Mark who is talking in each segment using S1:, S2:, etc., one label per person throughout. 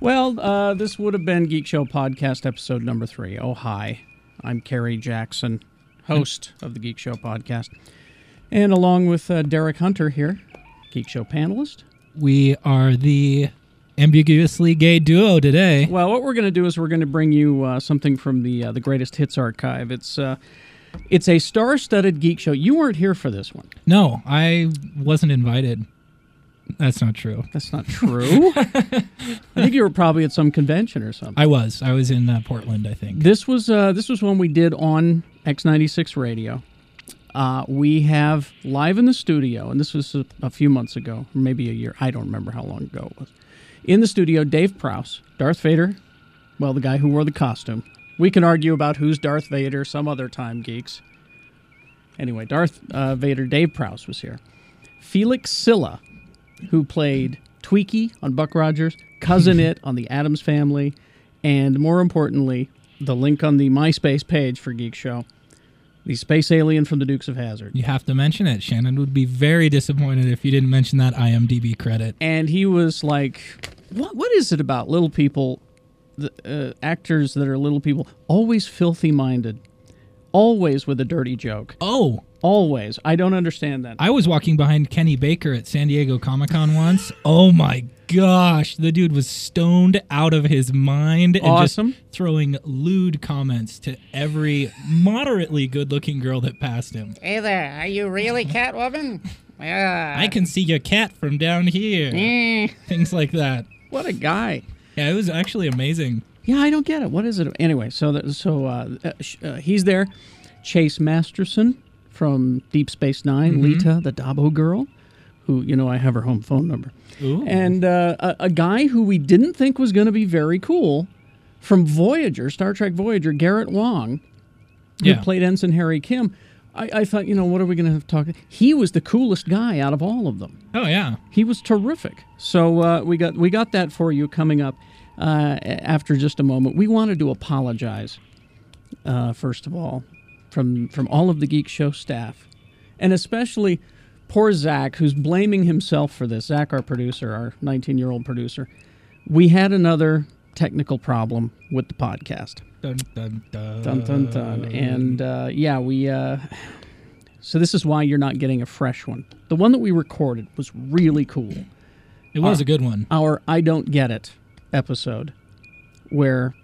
S1: Well, uh, this would have been Geek Show Podcast episode number three. Oh, hi. I'm Carrie Jackson, host of the Geek Show Podcast. And along with uh, Derek Hunter here, Geek Show panelist.
S2: We are the ambiguously gay duo today.
S1: Well, what we're going to do is we're going to bring you uh, something from the uh, the greatest hits archive. It's uh, it's a star-studded geek show. You weren't here for this one.
S2: No, I wasn't invited. That's not true.
S1: That's not true. I think you were probably at some convention or something.
S2: I was. I was in uh, Portland, I think.
S1: This was uh, this was one we did on X96 Radio. Uh, we have live in the studio, and this was a, a few months ago, maybe a year. I don't remember how long ago it was. In the studio, Dave Prouse, Darth Vader, well, the guy who wore the costume. We can argue about who's Darth Vader some other time, geeks. Anyway, Darth uh, Vader, Dave Prouse was here. Felix Silla, who played Tweaky on Buck Rogers, Cousin It on The Adams Family, and more importantly, the link on the MySpace page for Geek Show, the space alien from the Dukes of Hazard.
S2: You have to mention it. Shannon would be very disappointed if you didn't mention that IMDb credit.
S1: And he was like, "What? What is it about little people, the, uh, actors that are little people, always filthy minded, always with a dirty joke,
S2: Oh,
S1: always? I don't understand that."
S2: I was walking behind Kenny Baker at San Diego Comic Con once. Oh my gosh, the dude was stoned out of his mind and
S1: Awesome.
S2: just throwing lewd comments to every moderately good-looking girl that passed him.
S3: Hey there, are you really Catwoman? Yeah.
S2: I can see your cat from down here.
S1: Eh.
S2: Things like that.
S1: what a guy!
S2: Yeah, it was actually amazing.
S1: Yeah, I don't get it. What is it? Anyway, so that, so uh, uh, sh- uh, he's there. Chase Masterson from Deep Space 9 Lita, the Dabo girl, who you know I have her home phone number,
S2: Ooh.
S1: and uh, a, a guy who we didn't think was going to be very cool from Voyager, Star Trek Voyager, Garrett Wong, who
S2: Yeah.
S1: played Ensign Harry Kim. I, I thought, you know, what are we going to have to talk? He was the coolest guy out of all of them
S2: Oh yeah.
S1: he was terrific. So uh, we got we got that for you coming up uh, a- after just a moment. We wanted to apologize uh, first of all from from all of the Geek Show staff, and especially poor Zach, who's blaming himself for this. Zach, our producer, our 19 year old producer, we had another technical problem with the podcast.
S2: Dun, dun, dun.
S1: Dun dun dun. And uh, yeah, we. Uh, so this is why you're not getting a fresh one. The one that we recorded was really cool
S2: It
S1: uh,
S2: was a good one.
S1: our I don't get it episode where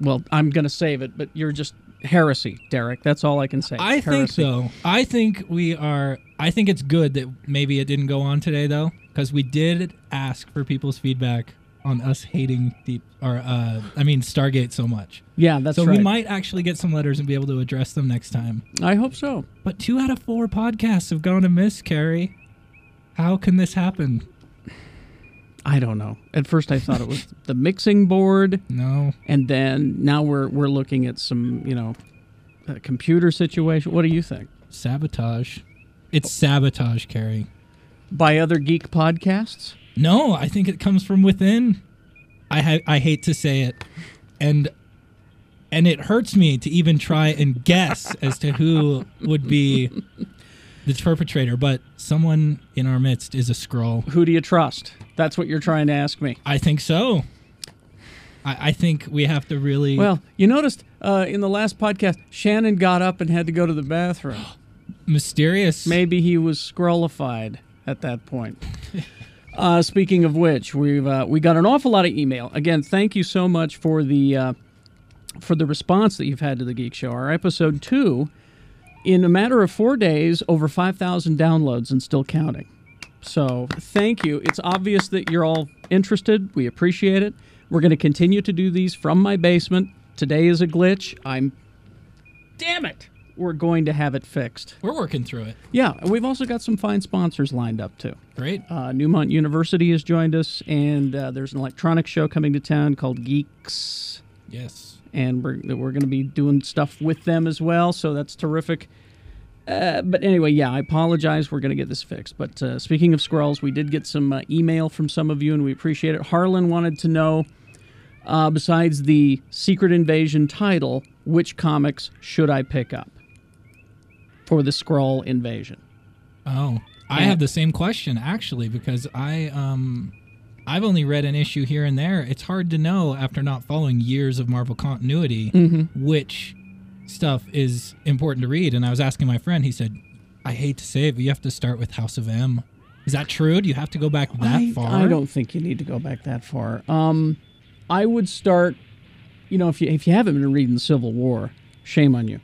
S1: well, I'm going to save it, but you're just heresy, Derek. That's all I can say.
S2: I think
S1: Heresy.
S2: though. I think we are. I think it's good that maybe it didn't go on today though, because we did ask for people's feedback on us hating deep or uh, I mean Stargate so much.
S1: Yeah, that's
S2: so
S1: right.
S2: we might actually get some letters and be able to address them next time.
S1: I hope so.
S2: But two out of four podcasts have gone amiss, Carrie. How can this happen?
S1: I don't know. At first I thought it was the mixing board
S2: No.
S1: and then now we're we're looking at some, you know, uh, computer situation. What do you think?
S2: Sabotage. It's sabotage, Carrie.
S1: By other geek podcasts?
S2: No, I think it comes from within. I ha- I hate to say it, and and it hurts me to even try and guess as to who would be the perpetrator. But someone in our midst is a scroll.
S1: Who do you trust? That's what you're trying to ask me.
S2: I think so. I, I think we have to really.
S1: Well, you noticed uh, in the last podcast, Shannon got up and had to go to the bathroom.
S2: mysterious.
S1: Maybe he was scrollified at that point. uh, speaking of which, we've uh, we got an awful lot of email. Again, thank you so much for the uh, for the response that you've had to the Geek Show. Our episode two, in a matter of four days, over five thousand downloads and still counting. So thank you. It's obvious that you're all interested. We appreciate it. We're going to continue to do these from my basement. Today is a glitch. I'm. Damn it! We're going to have it fixed.
S2: We're working through it.
S1: Yeah, we've also got some fine sponsors lined up too.
S2: Great.
S1: Uh, Newmont University has joined us, and uh, there's an electronics show coming to town called Geeks,
S2: Yes.
S1: and we're that we're going to be doing stuff with them as well. So that's terrific. Uh, but anyway, yeah, I apologize. We're going to get this fixed. But uh, speaking of squirrels, we did get some uh, email from some of you, and we appreciate it. Harlan wanted to know, uh, besides the Secret Invasion title, which comics should I pick up for the Skrull invasion?
S2: Oh, I
S1: Yeah.
S2: have the same question actually because I um I've only read an issue here and there. It's hard to know after not following years of Marvel continuity
S1: Mm-hmm.
S2: which stuff is important to read. And I was asking my friend, he said, I hate to say it, but you have to start with House of M. Is that true? Do you have to go back that
S1: I,
S2: far?
S1: I don't think you need to go back that far. Um, I would start, you know, if you if you haven't been reading Civil War, shame on you.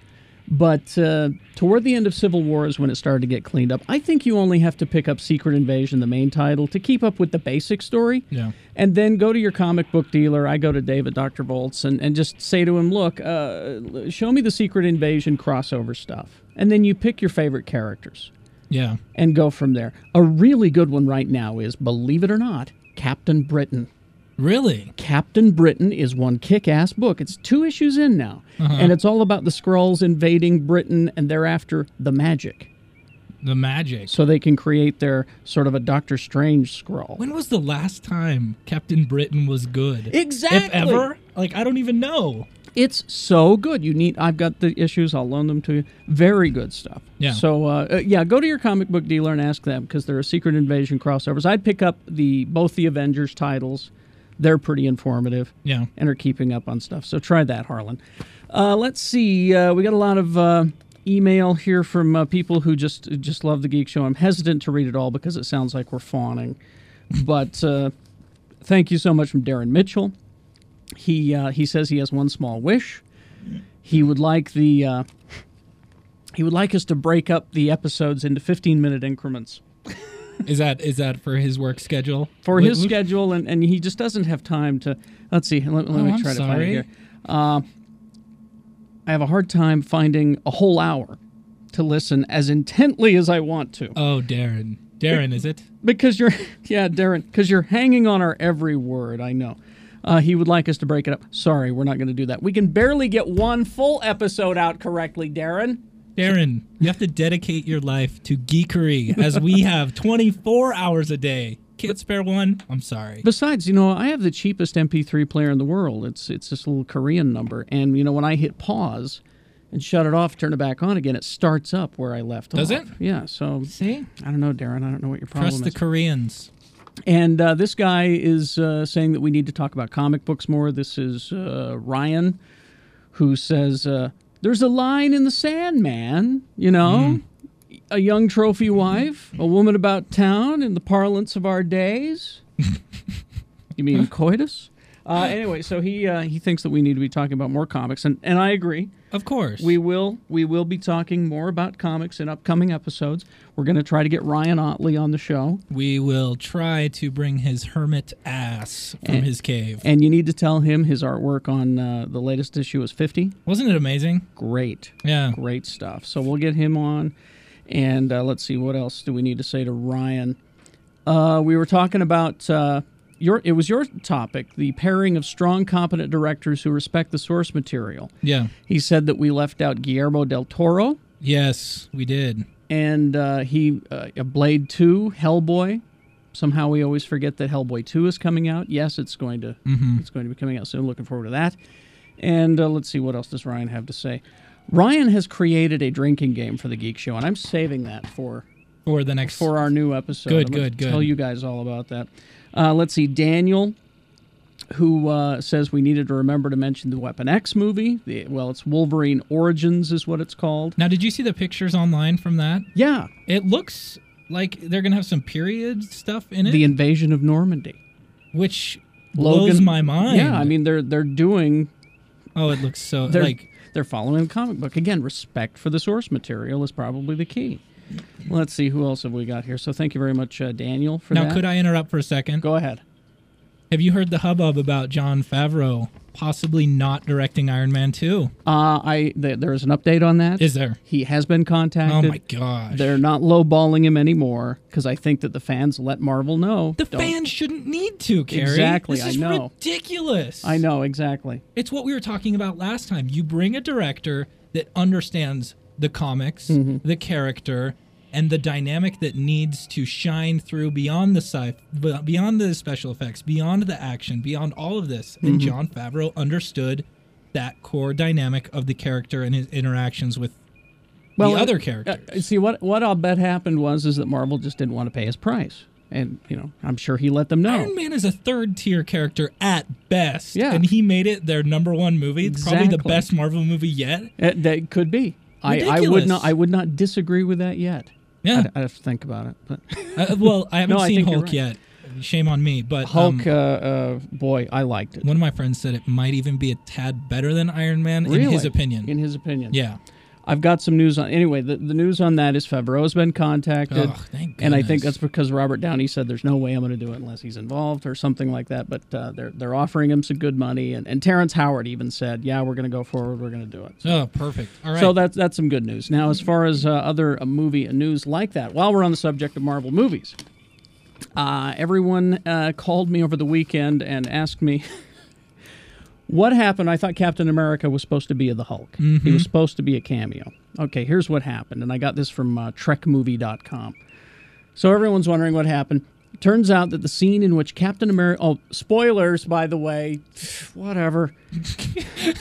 S1: But uh, toward the end of Civil War is when it started to get cleaned up. I think you only have to pick up Secret Invasion, the main title, to keep up with the basic story.
S2: Yeah.
S1: And then go to your comic book dealer. I go to David Dr. Volts and, and just say to him, look, uh, show me the Secret Invasion crossover stuff. And then you pick your favorite characters
S2: Yeah.
S1: and go from there. A really good one right now is, believe it or not, Captain Britain.
S2: Really?
S1: Captain Britain is one kick ass book. It's two issues in now. And it's all about the Skrulls invading Britain and thereafter the magic.
S2: The magic.
S1: So they can create their sort of a Doctor Strange Skrull.
S2: When was the last time Captain Britain was good?
S1: Exactly.
S2: If ever? Like, I don't even know.
S1: It's so good. You need. I've got the issues. I'll loan them to you. Very good stuff.
S2: Yeah.
S1: So uh, uh, yeah, go to your comic book dealer and ask them because there are Secret Invasion crossovers. I'd pick up the both the Avengers titles. They're pretty informative.
S2: Yeah.
S1: And are keeping up on stuff. So try that, Harlan. Uh, let's see. Uh, we got a lot of. Uh, Email here from uh, people who just just love the Geek Show. I'm hesitant to read it all because it sounds like we're fawning, but uh, thank you so much from Darren Mitchell. He uh, he says he has one small wish. He would like the uh, he would like us to break up the episodes into 15 minute increments
S2: Is that is that for his work schedule?
S1: for
S2: Wh-
S1: his
S2: wh-
S1: schedule, and, and he just doesn't have time to. Let's see. Let, let
S2: Oh,
S1: me
S2: I'm
S1: try to find it
S2: sorry.
S1: here. Uh, I have a hard time finding a whole hour to listen as intently as I want to
S2: Oh, Darren. Darren, is it?
S1: because you're yeah darren because you're hanging on our every word i know uh, he would like us to break it up sorry we're not going to do that we can barely get one full episode out correctly darren
S2: Darren, you have to dedicate your life to geekery as we have 24 hours a day. Can't spare one? I'm sorry.
S1: besides you know i have the cheapest mp3 player in the world it's it's this little korean number and you know when i hit pause and shut it off turn it back on again it starts up where i left
S2: Does
S1: off.
S2: it?
S1: yeah so
S2: See?
S1: i don't know darren i don't know what your problem
S2: Trust
S1: is
S2: the Koreans.
S1: And uh, this guy is uh, saying that we need to talk about comic books more. This is uh, Ryan, who says, uh, There's a line in the sand, man. You know, a young trophy wife, a woman about town in the parlance of our days. you mean coitus? Uh, anyway, so he uh, he thinks that we need to be talking about more comics, and, and I agree.
S2: Of course.
S1: We will we will be talking more about comics in upcoming episodes. We're going to try to get Ryan Otley on the show.
S2: we will try to bring his hermit ass from
S1: And-
S2: his cave.
S1: And you need to tell him his artwork on uh, the latest issue is 50.
S2: Wasn't it amazing?
S1: Great,
S2: Yeah.
S1: great stuff. So we'll get him on. And uh, let's see, what else do we need to say to Ryan? Uh, we were talking about uh, your, it was your topic, the pairing of strong, competent directors who respect the source material.
S2: Yeah.
S1: He said that we left out Guillermo del Toro
S2: Yes, we did.
S1: and uh, he, uh, Blade 2, Hellboy. Somehow we always forget that Hellboy 2 is coming out. Yes, it's going to
S2: Mm-hmm.
S1: it's going to be coming out soon. Looking forward to that. And uh, let's see what else does Ryan have to say. Ryan has created a drinking game for the Geek Show, and I'm saving that for
S2: For the next
S1: for our new episode.
S2: Good,
S1: I'm gonna
S2: good, good.
S1: Tell you guys all about that. Uh, let's see, Daniel, who uh, says we needed to remember to mention the Weapon X movie. The, well, it's Wolverine Origins is what it's called.
S2: Now, did you see the pictures online from that?
S1: Yeah,
S2: It looks like they're going to have some period stuff in it,
S1: the invasion of Normandy.
S2: which
S1: Logan-
S2: blows my mind.
S1: Yeah, I mean they're they're doing
S2: oh, it looks so
S1: they're
S2: like
S1: they're following the comic book again. Respect for the source material is probably the key. Let's see who else have we got here. So thank you very much, uh, Daniel, for
S2: Now,
S1: that.
S2: could I interrupt for a second?
S1: go ahead?
S2: Have you heard the hubbub about John Favreau possibly not directing Iron Man 2?
S1: Uh, I th- there is an update on that.
S2: Is there?
S1: he has been
S2: Oh
S1: contacted?
S2: my gosh.
S1: They're not lowballing him anymore because I think that the fans let Marvel know.
S2: the
S1: Don't-
S2: fans shouldn't need to, Carrie.
S1: Exactly,
S2: This
S1: I
S2: is
S1: know.
S2: ridiculous.
S1: I know exactly.
S2: It's what we were talking about last time. You bring a director that understands the comics,
S1: Mm-hmm.
S2: the character, and the dynamic that needs to shine through beyond the sci- be- beyond the special effects, beyond the action, beyond all of this. And
S1: Mm-hmm.
S2: John Favreau understood that core dynamic of the character and his interactions with the
S1: uh,
S2: other
S1: uh,
S2: characters.
S1: see what what I'll bet happened was is that Marvel just didn't want to pay his price. and you know, I'm sure he let them know.
S2: Iron Man is a third tier character at best.
S1: Yeah.
S2: And he made it their number one movie. It's probably the
S1: Exactly.
S2: best Marvel movie yet.
S1: Uh, that could be. I, I would
S2: Ridiculous.
S1: not. I would not disagree with that yet.
S2: Yeah.
S1: I'd, I'd have to think about it. But
S2: Uh, well, I haven't
S1: No, I
S2: seen
S1: think you're
S2: Hulk
S1: right.
S2: yet. Shame on me. But um,
S1: Hulk, uh, uh, boy, I liked it.
S2: one of my friends said it might even be a tad better than Iron Man in
S1: Really.
S2: his opinion.
S1: In his opinion.
S2: yeah.
S1: I've got some news on. Anyway, the, the news on that is Favreau's been contacted.
S2: Oh, thank
S1: and I think
S2: goodness.
S1: that's because Robert Downey said there's no way I'm going to do it unless he's involved or something like that. But uh, they're they're offering him some good money, and, and Terrence Howard even said, "Yeah, we're going to go forward. We're going to do it." So,
S2: Oh, perfect. All right.
S1: so that's that's some good news. Now, as far as uh, other uh, movie news like that, while we're on the subject of Marvel movies, uh, everyone uh, called me over the weekend and asked me. What happened? I thought Captain America was supposed to be the Hulk. He
S2: Mm-hmm.
S1: was supposed to be a cameo. Okay, here's what happened. And I got this from uh, TrekMovie.com. So everyone's wondering what happened. Turns out that the scene in which Captain America. Oh, spoilers, by the way. Whatever.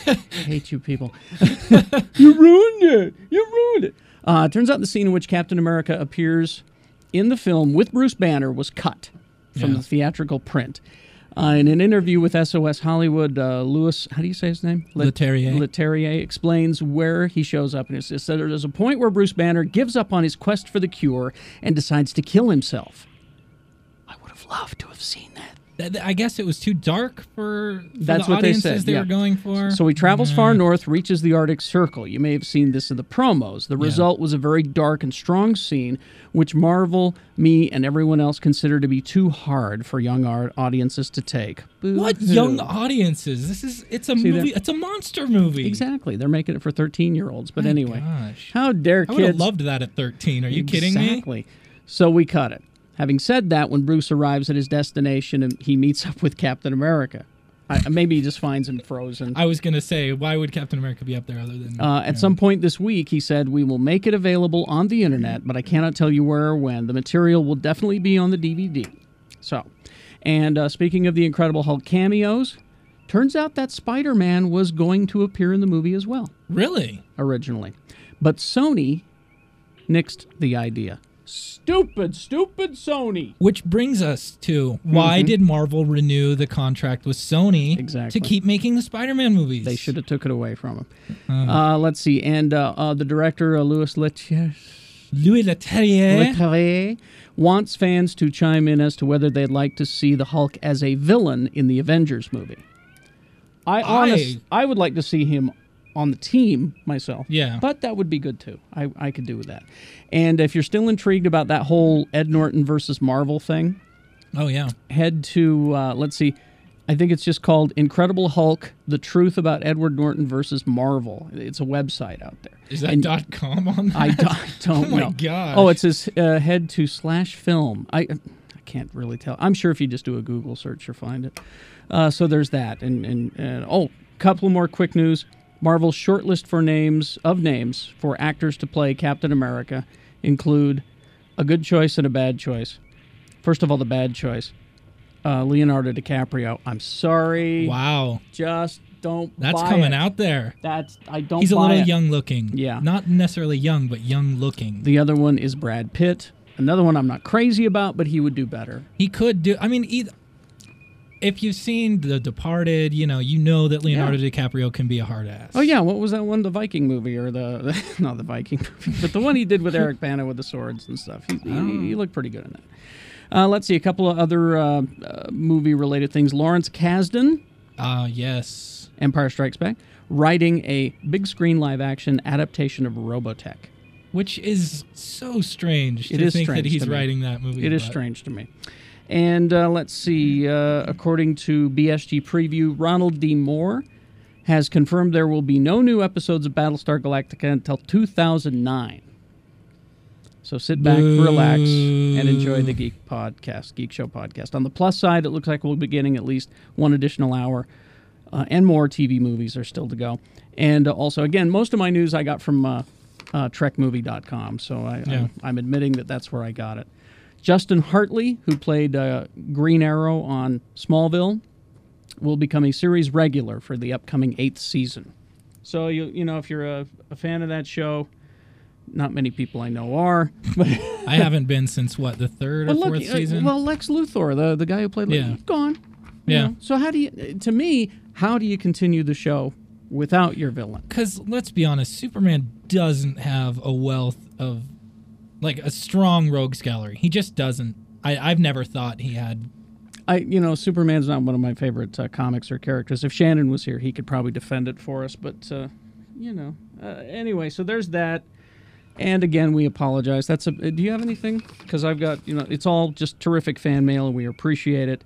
S1: I hate you people. you ruined it. You ruined it. Uh, turns out the scene in which Captain America appears in the film with Bruce Banner was cut from
S2: Yeah.
S1: the theatrical print. Uh, in an interview with SOS Hollywood, uh, Lewis, how do you say his name? Let-
S2: Leterrier.
S1: Leterrier explains where he shows up, and it says that there's a point where Bruce Banner gives up on his quest for the cure and decides to kill himself. I would have loved to have seen that.
S2: Th- th- I guess it was too dark for, for
S1: That's
S2: the
S1: what they
S2: audiences
S1: said,
S2: they
S1: yeah.
S2: were going for.
S1: So he travels far
S2: Mm-hmm.
S1: north, reaches the Arctic Circle. You may have seen this in the promos. The result was a very dark and strong scene, which Marvel, me, and everyone else consider to be too hard for young art audiences to take.
S2: what
S1: Boo-hoo.
S2: young audiences? This is it's a
S1: See there?
S2: movie. It's a monster movie.
S1: Exactly. They're making it for 13 year olds. But anyway,
S2: gosh.
S1: how dare
S2: I
S1: kids.
S2: would have loved that at 13. Are you kidding me?
S1: Exactly. So we cut it. Having said that, when Bruce arrives at his destination and he meets up with Captain America, I, maybe he just finds him frozen.
S2: I was gonna say, why would Captain America be up there other than?
S1: Uh, at some point this week, he said, We will make it available on the internet, but I cannot tell you where or when. The material will definitely be on the DVD. So, and uh, speaking of the Incredible Hulk cameos, turns out that Spider Man was going to appear in the movie as well
S2: really?
S1: originally. But Sony nixed the idea. Stupid, stupid Sony.
S2: Which brings us to why did Marvel renew the contract with Sony
S1: Mm-hmm. Exactly.
S2: to keep making the Spider-Man movies?
S1: They should have took it away from him. Uh, let's see. And uh, uh, the director, uh, Louis Leterrier,
S2: Louis Leterrier.
S1: Leterrier, wants fans to chime in as to whether they'd like to see the Hulk as a villain in the Avengers movie. I honest, I would like to see him on the team myself.
S2: Yeah.
S1: But that would be good too. I, I could do with that. And if you're still intrigued about that whole Ed Norton versus Marvel thing,
S2: oh yeah.
S1: head to uh, let's see i think it's just called incredible hulk the truth about edward norton versus marvel it's a website out there
S2: Is that
S1: And
S2: dot com on that?
S1: I, do, I don't
S2: Oh my
S1: know
S2: gosh.
S1: oh it says uh, head to slash film i i can't really tell i'm sure if you just do a google search you'll find it uh, so there's that and, and and oh couple more quick news marvel's shortlist for names of names for actors to play captain america include a good choice and a bad choice first of all the bad choice uh, Leonardo DiCaprio. I'm sorry.
S2: Wow,
S1: Just don't.
S2: that's
S1: buy
S2: coming
S1: it.
S2: out there.
S1: That's I don't.
S2: He's a
S1: buy
S2: little
S1: it.
S2: young looking.
S1: Yeah.
S2: Not necessarily young, but young looking.
S1: The other one is Brad Pitt. Another one I'm not crazy about, but he would do better.
S2: He could do. I mean, either, if you've seen The Departed, you know you know that Leonardo DiCaprio can be a hard ass.
S1: Oh yeah, what was that one? The Viking movie or the, not the Viking movie, but the one he did with Eric Bana with the swords and stuff. He, he, he looked pretty good in that. Uh, let's see a couple of other uh, uh, movie-related things. Lawrence Kasdan,
S2: Ah, yes.
S1: Empire Strikes Back, writing a big screen live-action adaptation of Robotech.
S2: Which is so strange
S1: It
S2: to
S1: is
S2: think
S1: strange
S2: that he's
S1: to me.
S2: writing that movie.
S1: It is
S2: but-
S1: strange to me. And uh, let's see, uh, according to BSG Preview, Ronald D. Moore has confirmed there will be no new episodes of Battlestar Galactica until 2009. So sit back, relax, and enjoy the Geek Podcast, Geek Show Podcast. On the plus side, it looks like we'll be getting at least one additional hour uh, and more TV movies are still to go. And uh, also, again, most of my news I got from uh, uh, TrekMovie.com, so I,
S2: Yeah.
S1: I'm, I'm admitting that that's where I got it. Justin Hartley, who played uh, Green Arrow on Smallville, will become a series regular for the upcoming eighth season. So you you know if you're a, a fan of that show, Not many people I know are. But
S2: I haven't been since what the third or
S1: But
S2: fourth
S1: look, uh,
S2: season.
S1: well, Lex Luthor, the the guy who played,
S2: Yeah.
S1: Lex, gone. you
S2: Yeah.
S1: know? So how do you? To me, how do you continue the show without your villain?
S2: because let's be honest, Superman doesn't have a wealth of like a strong rogues gallery. He just doesn't. I, I've never thought he had.
S1: I, you know, Superman's not one of my favorite uh, comics or characters. If Shannon was here, he could probably defend it for us. But uh, you know, uh, anyway, so there's that. And again, we apologize. That's a. uh, Do you have anything? Because I've got, you know, it's all just terrific fan mail, and we appreciate it.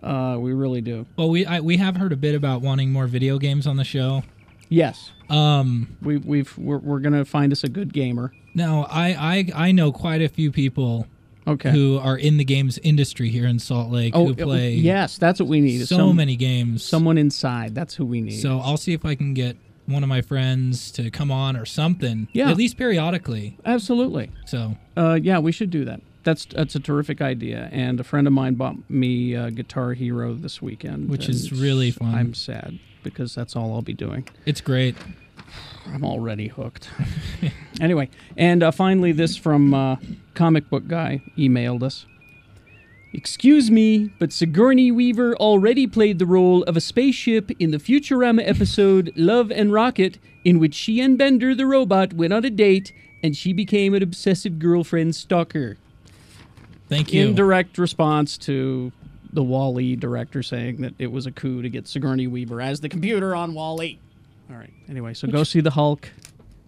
S1: Uh, we really do.
S2: Well, we I, we have heard a bit about wanting more video games on the show.
S1: Yes,
S2: Um,
S1: we, we've we're, we're gonna find us a good gamer.
S2: now I I I know quite a few people
S1: Okay.
S2: who are in the games industry here in Salt Lake
S1: Oh,
S2: who
S1: yeah,
S2: play
S1: yes, that's what we need. is
S2: so
S1: some-
S2: many games.
S1: Someone inside. That's who we need.
S2: So I'll see if I can get one of my friends to come on or something.
S1: Yeah.
S2: At least periodically.
S1: Absolutely.
S2: So
S1: Uh, yeah, we should do that. That's that's a terrific idea. And a friend of mine bought me uh, Guitar Hero this weekend,
S2: Which is
S1: and
S2: really fun.
S1: I'm sad because that's all I'll be doing.
S2: it's great.
S1: I'm already hooked. anyway, and uh, finally, this from uh, comic book guy emailed us. Excuse me, but Sigourney Weaver already played the role of a spaceship in the Futurama episode Love and Rocket, in which she and Bender the robot went on a date and she became an obsessive girlfriend stalker.
S2: Thank you.
S1: In direct response to the Wall E director saying that it was a coup to get Sigourney Weaver as the computer on Wall E. All right. Anyway, so go see the Hulk.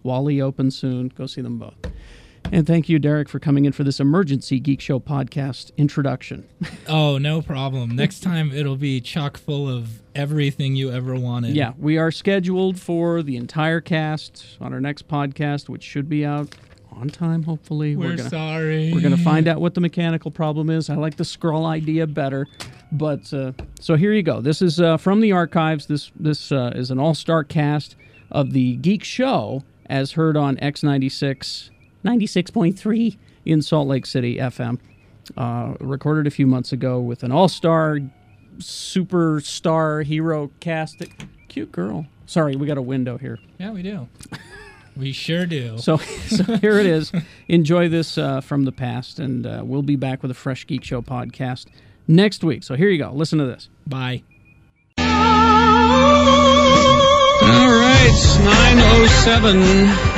S1: Wall E open soon. Go see them both. And thank you, Derek, for coming in for this emergency Geek Show podcast introduction.
S2: Oh, no problem. Next time it'll be chock full of everything you ever wanted.
S1: Yeah, we are scheduled for the entire cast on our next podcast, which should be out on time, hopefully.
S2: We're,
S1: gonna-
S2: sorry.
S1: We're going to find out what the mechanical problem is. I like the scroll idea better. But uh, so here you go. This is uh, from the archives. This this uh, is an all-star cast of the Geek Show as heard on X96 96.3 in Salt Lake City FM. Uh, recorded a few months ago with an all-star superstar hero cast. Cute girl. Sorry, we got a window here.
S2: Yeah, we do. We sure do.
S1: So, so here it is. Enjoy this uh, from the past, and uh, we'll be back with a fresh Geek Show podcast next week. So here you go. Listen to this.
S2: Bye.
S4: All right, oh it's 907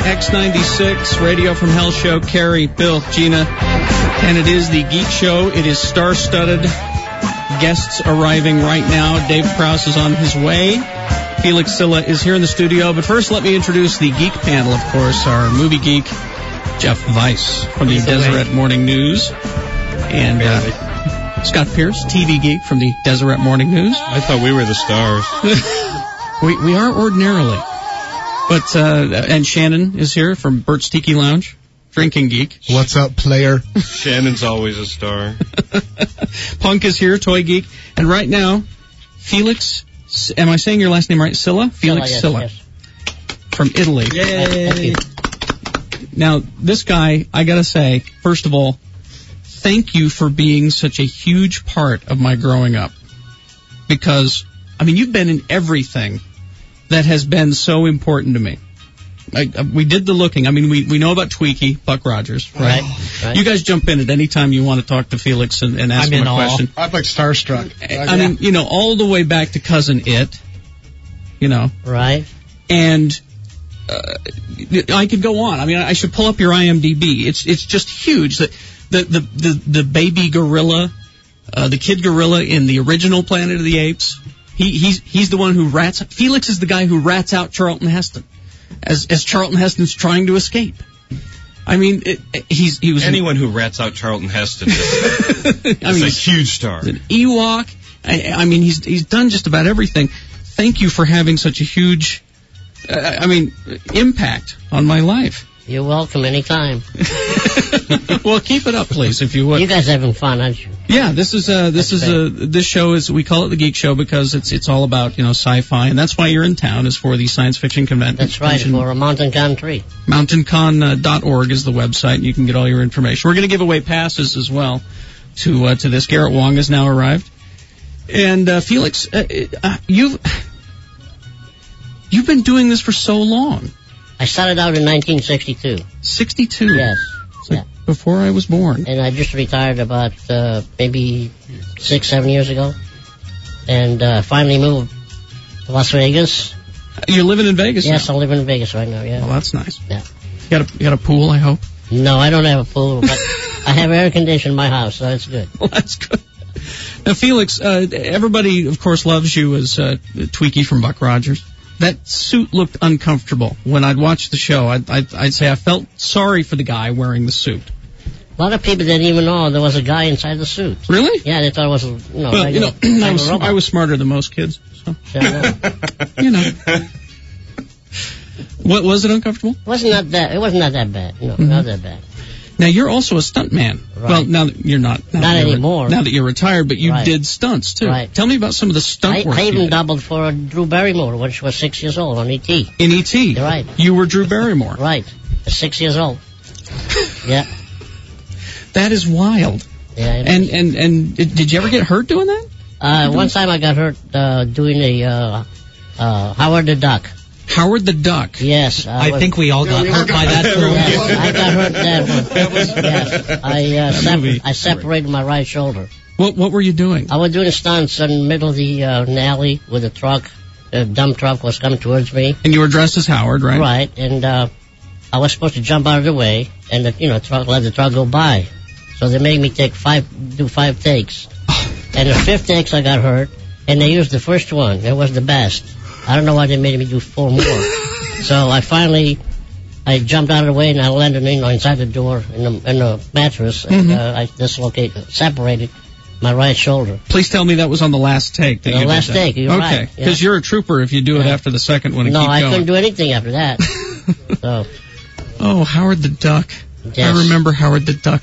S4: X96 Radio from Hell show. Carrie, Bill, Gina, and it is the Geek Show. It is star studded. Guests arriving right now. Dave Prouse is on his way. Felix Silla is here in the studio. But first, let me introduce the Geek panel, of course, our movie geek, Jeff Weiss from the Deseret Morning News. And uh, Scott Pierce, TV geek from the Deseret Morning News.
S5: I thought we were the stars.
S4: We, we are ordinarily. But, uh, and Shannon is here from Bert's Tiki Lounge, Drinking Geek.
S6: What's up, player?
S5: Shannon's always a star.
S4: Punk is here, Toy Geek. And right now, Felix, S- am I saying your last name right? Silla? Felix Silla. From Italy. Yay! Now, this guy, I gotta say, first of all, thank you for being such a huge part of my growing up. Because, I mean, you've been in everything that has been so important to me. I, I- we did the looking. I mean, we, we know about Tweaky, Buck Rogers, right? You guys jump in at any time you want to talk to Felix and, and ask
S7: I'm
S4: him
S7: in
S4: a
S7: awe.
S4: question.
S6: I'm like starstruck.
S4: I mean, you know, all the way back to Cousin It, you know,
S7: Right?
S4: and uh, I could go on. I mean, I should pull up your IMDb. It's it's just huge. The the the the, the baby gorilla, uh, the kid gorilla in the original Planet of the Apes. He he's he's the one who rats. Felix is the guy who rats out Charlton Heston, as as Charlton Heston's trying to escape. I mean, it, it- he's he was an-
S5: Anyone who rats out Charlton Heston is,
S4: I mean,
S5: a huge star.
S4: an Ewok. I, I mean, he's he's done just about everything. Thank you for having such a huge, uh, I mean, impact on my life.
S7: You're welcome anytime.
S4: well, keep it up, please, if you would.
S7: You guys having fun, aren't you?
S4: Yeah, this is uh this is uh this show is we call it the Geek Show because it's it's all about you know sci-fi, and that's why you're in town is for the science fiction convention.
S7: That's right, for a mountain country.
S4: MountainCon.org uh, is the website, and you can get all your information. We're going to give away passes as well to uh, to this. Garrett Wong has now arrived, and uh, Felix, uh, uh, you've you've been doing this for so long.
S7: I started out in 1962.
S1: Hmm. 62.
S7: Yes.
S1: It's like
S7: Yeah.
S1: Before I was born.
S7: And I just retired about uh, maybe six, seven years ago. And uh, finally moved to Las Vegas.
S1: You're living in Vegas
S7: Yes,
S1: now.
S7: I live in Vegas right now, yeah.
S1: Well, that's nice.
S7: Yeah.
S1: You got a, you got a pool, I hope.
S7: No, I don't have a pool, but I have air conditioned in my house, so that's good.
S1: Well, that's good. Now, Felix, uh, everybody, of course, loves you as uh, Tweaky from Buck Rogers. That suit looked uncomfortable when I'd watched the show. I'd, I'd, I'd say I felt sorry for the guy wearing the suit.
S7: A lot of people didn't even know there was a guy inside the suit.
S1: Really?
S7: Yeah, they thought it was, you know,
S1: Well, you know,
S7: regular-
S1: I was,
S7: regular robot.
S1: I was smarter than most kids. So,
S7: Yeah, no.
S1: you know. what was it uncomfortable?
S7: It wasn't that bad. It wasn't not that bad. No,
S1: Mm-hmm.
S7: not that bad.
S1: Now you're also a stunt man.
S7: Right.
S1: Well, now that you're not. Now
S7: Not
S1: that you're-
S7: anymore.
S1: now that you're retired, but you
S7: Right.
S1: did stunts too.
S7: Right.
S1: Tell me about some of the stunt
S7: I,
S1: work
S7: I
S1: you
S7: even
S1: did.
S7: doubled for Drew Barrymore when she was six years old on ET.
S1: in ET.
S7: You're right.
S1: You were Drew Barrymore.
S7: Right, six years old. Yeah,
S1: That is wild.
S7: yeah. it
S1: And
S7: was.
S1: and and did did you ever get hurt doing that?
S7: uh, one time I got hurt uh, doing a uh, uh, Howard the Duck.
S1: Howard the Duck.
S7: Yes, I,
S8: I
S7: was-
S8: think we all got hurt by that
S7: Yes,
S8: film.
S7: I got hurt that one. Yes, I uh,
S1: movie.
S7: sep- I separated my right shoulder.
S1: What what were you doing?
S7: I was doing stunts in the middle of the uh, an alley with a truck. A dump truck was coming towards me.
S1: And you were dressed as Howard, right?
S7: Right, and uh, I was supposed to jump out of the way and the, you know truck, let the truck go by. So they made me take five, do five takes, and the fifth takes I got hurt, and they used the first one. It was the best. I don't know why they made me do four more. so I finally, I jumped out of the way and I landed you know, inside the door in the, in the mattress
S1: Mm-hmm.
S7: and uh, I dislocated, separated my right shoulder.
S1: Please tell me that was on the last take. That
S7: The
S1: you did
S7: last
S1: that.
S7: take, you're
S1: okay.
S7: right, yeah.
S1: Because you're a trooper if you do it after the second one and
S7: No,
S1: keep
S7: I
S1: going.
S7: couldn't do anything after that. so
S1: Oh, Howard the Duck.
S7: Yes.
S1: I remember Howard the Duck.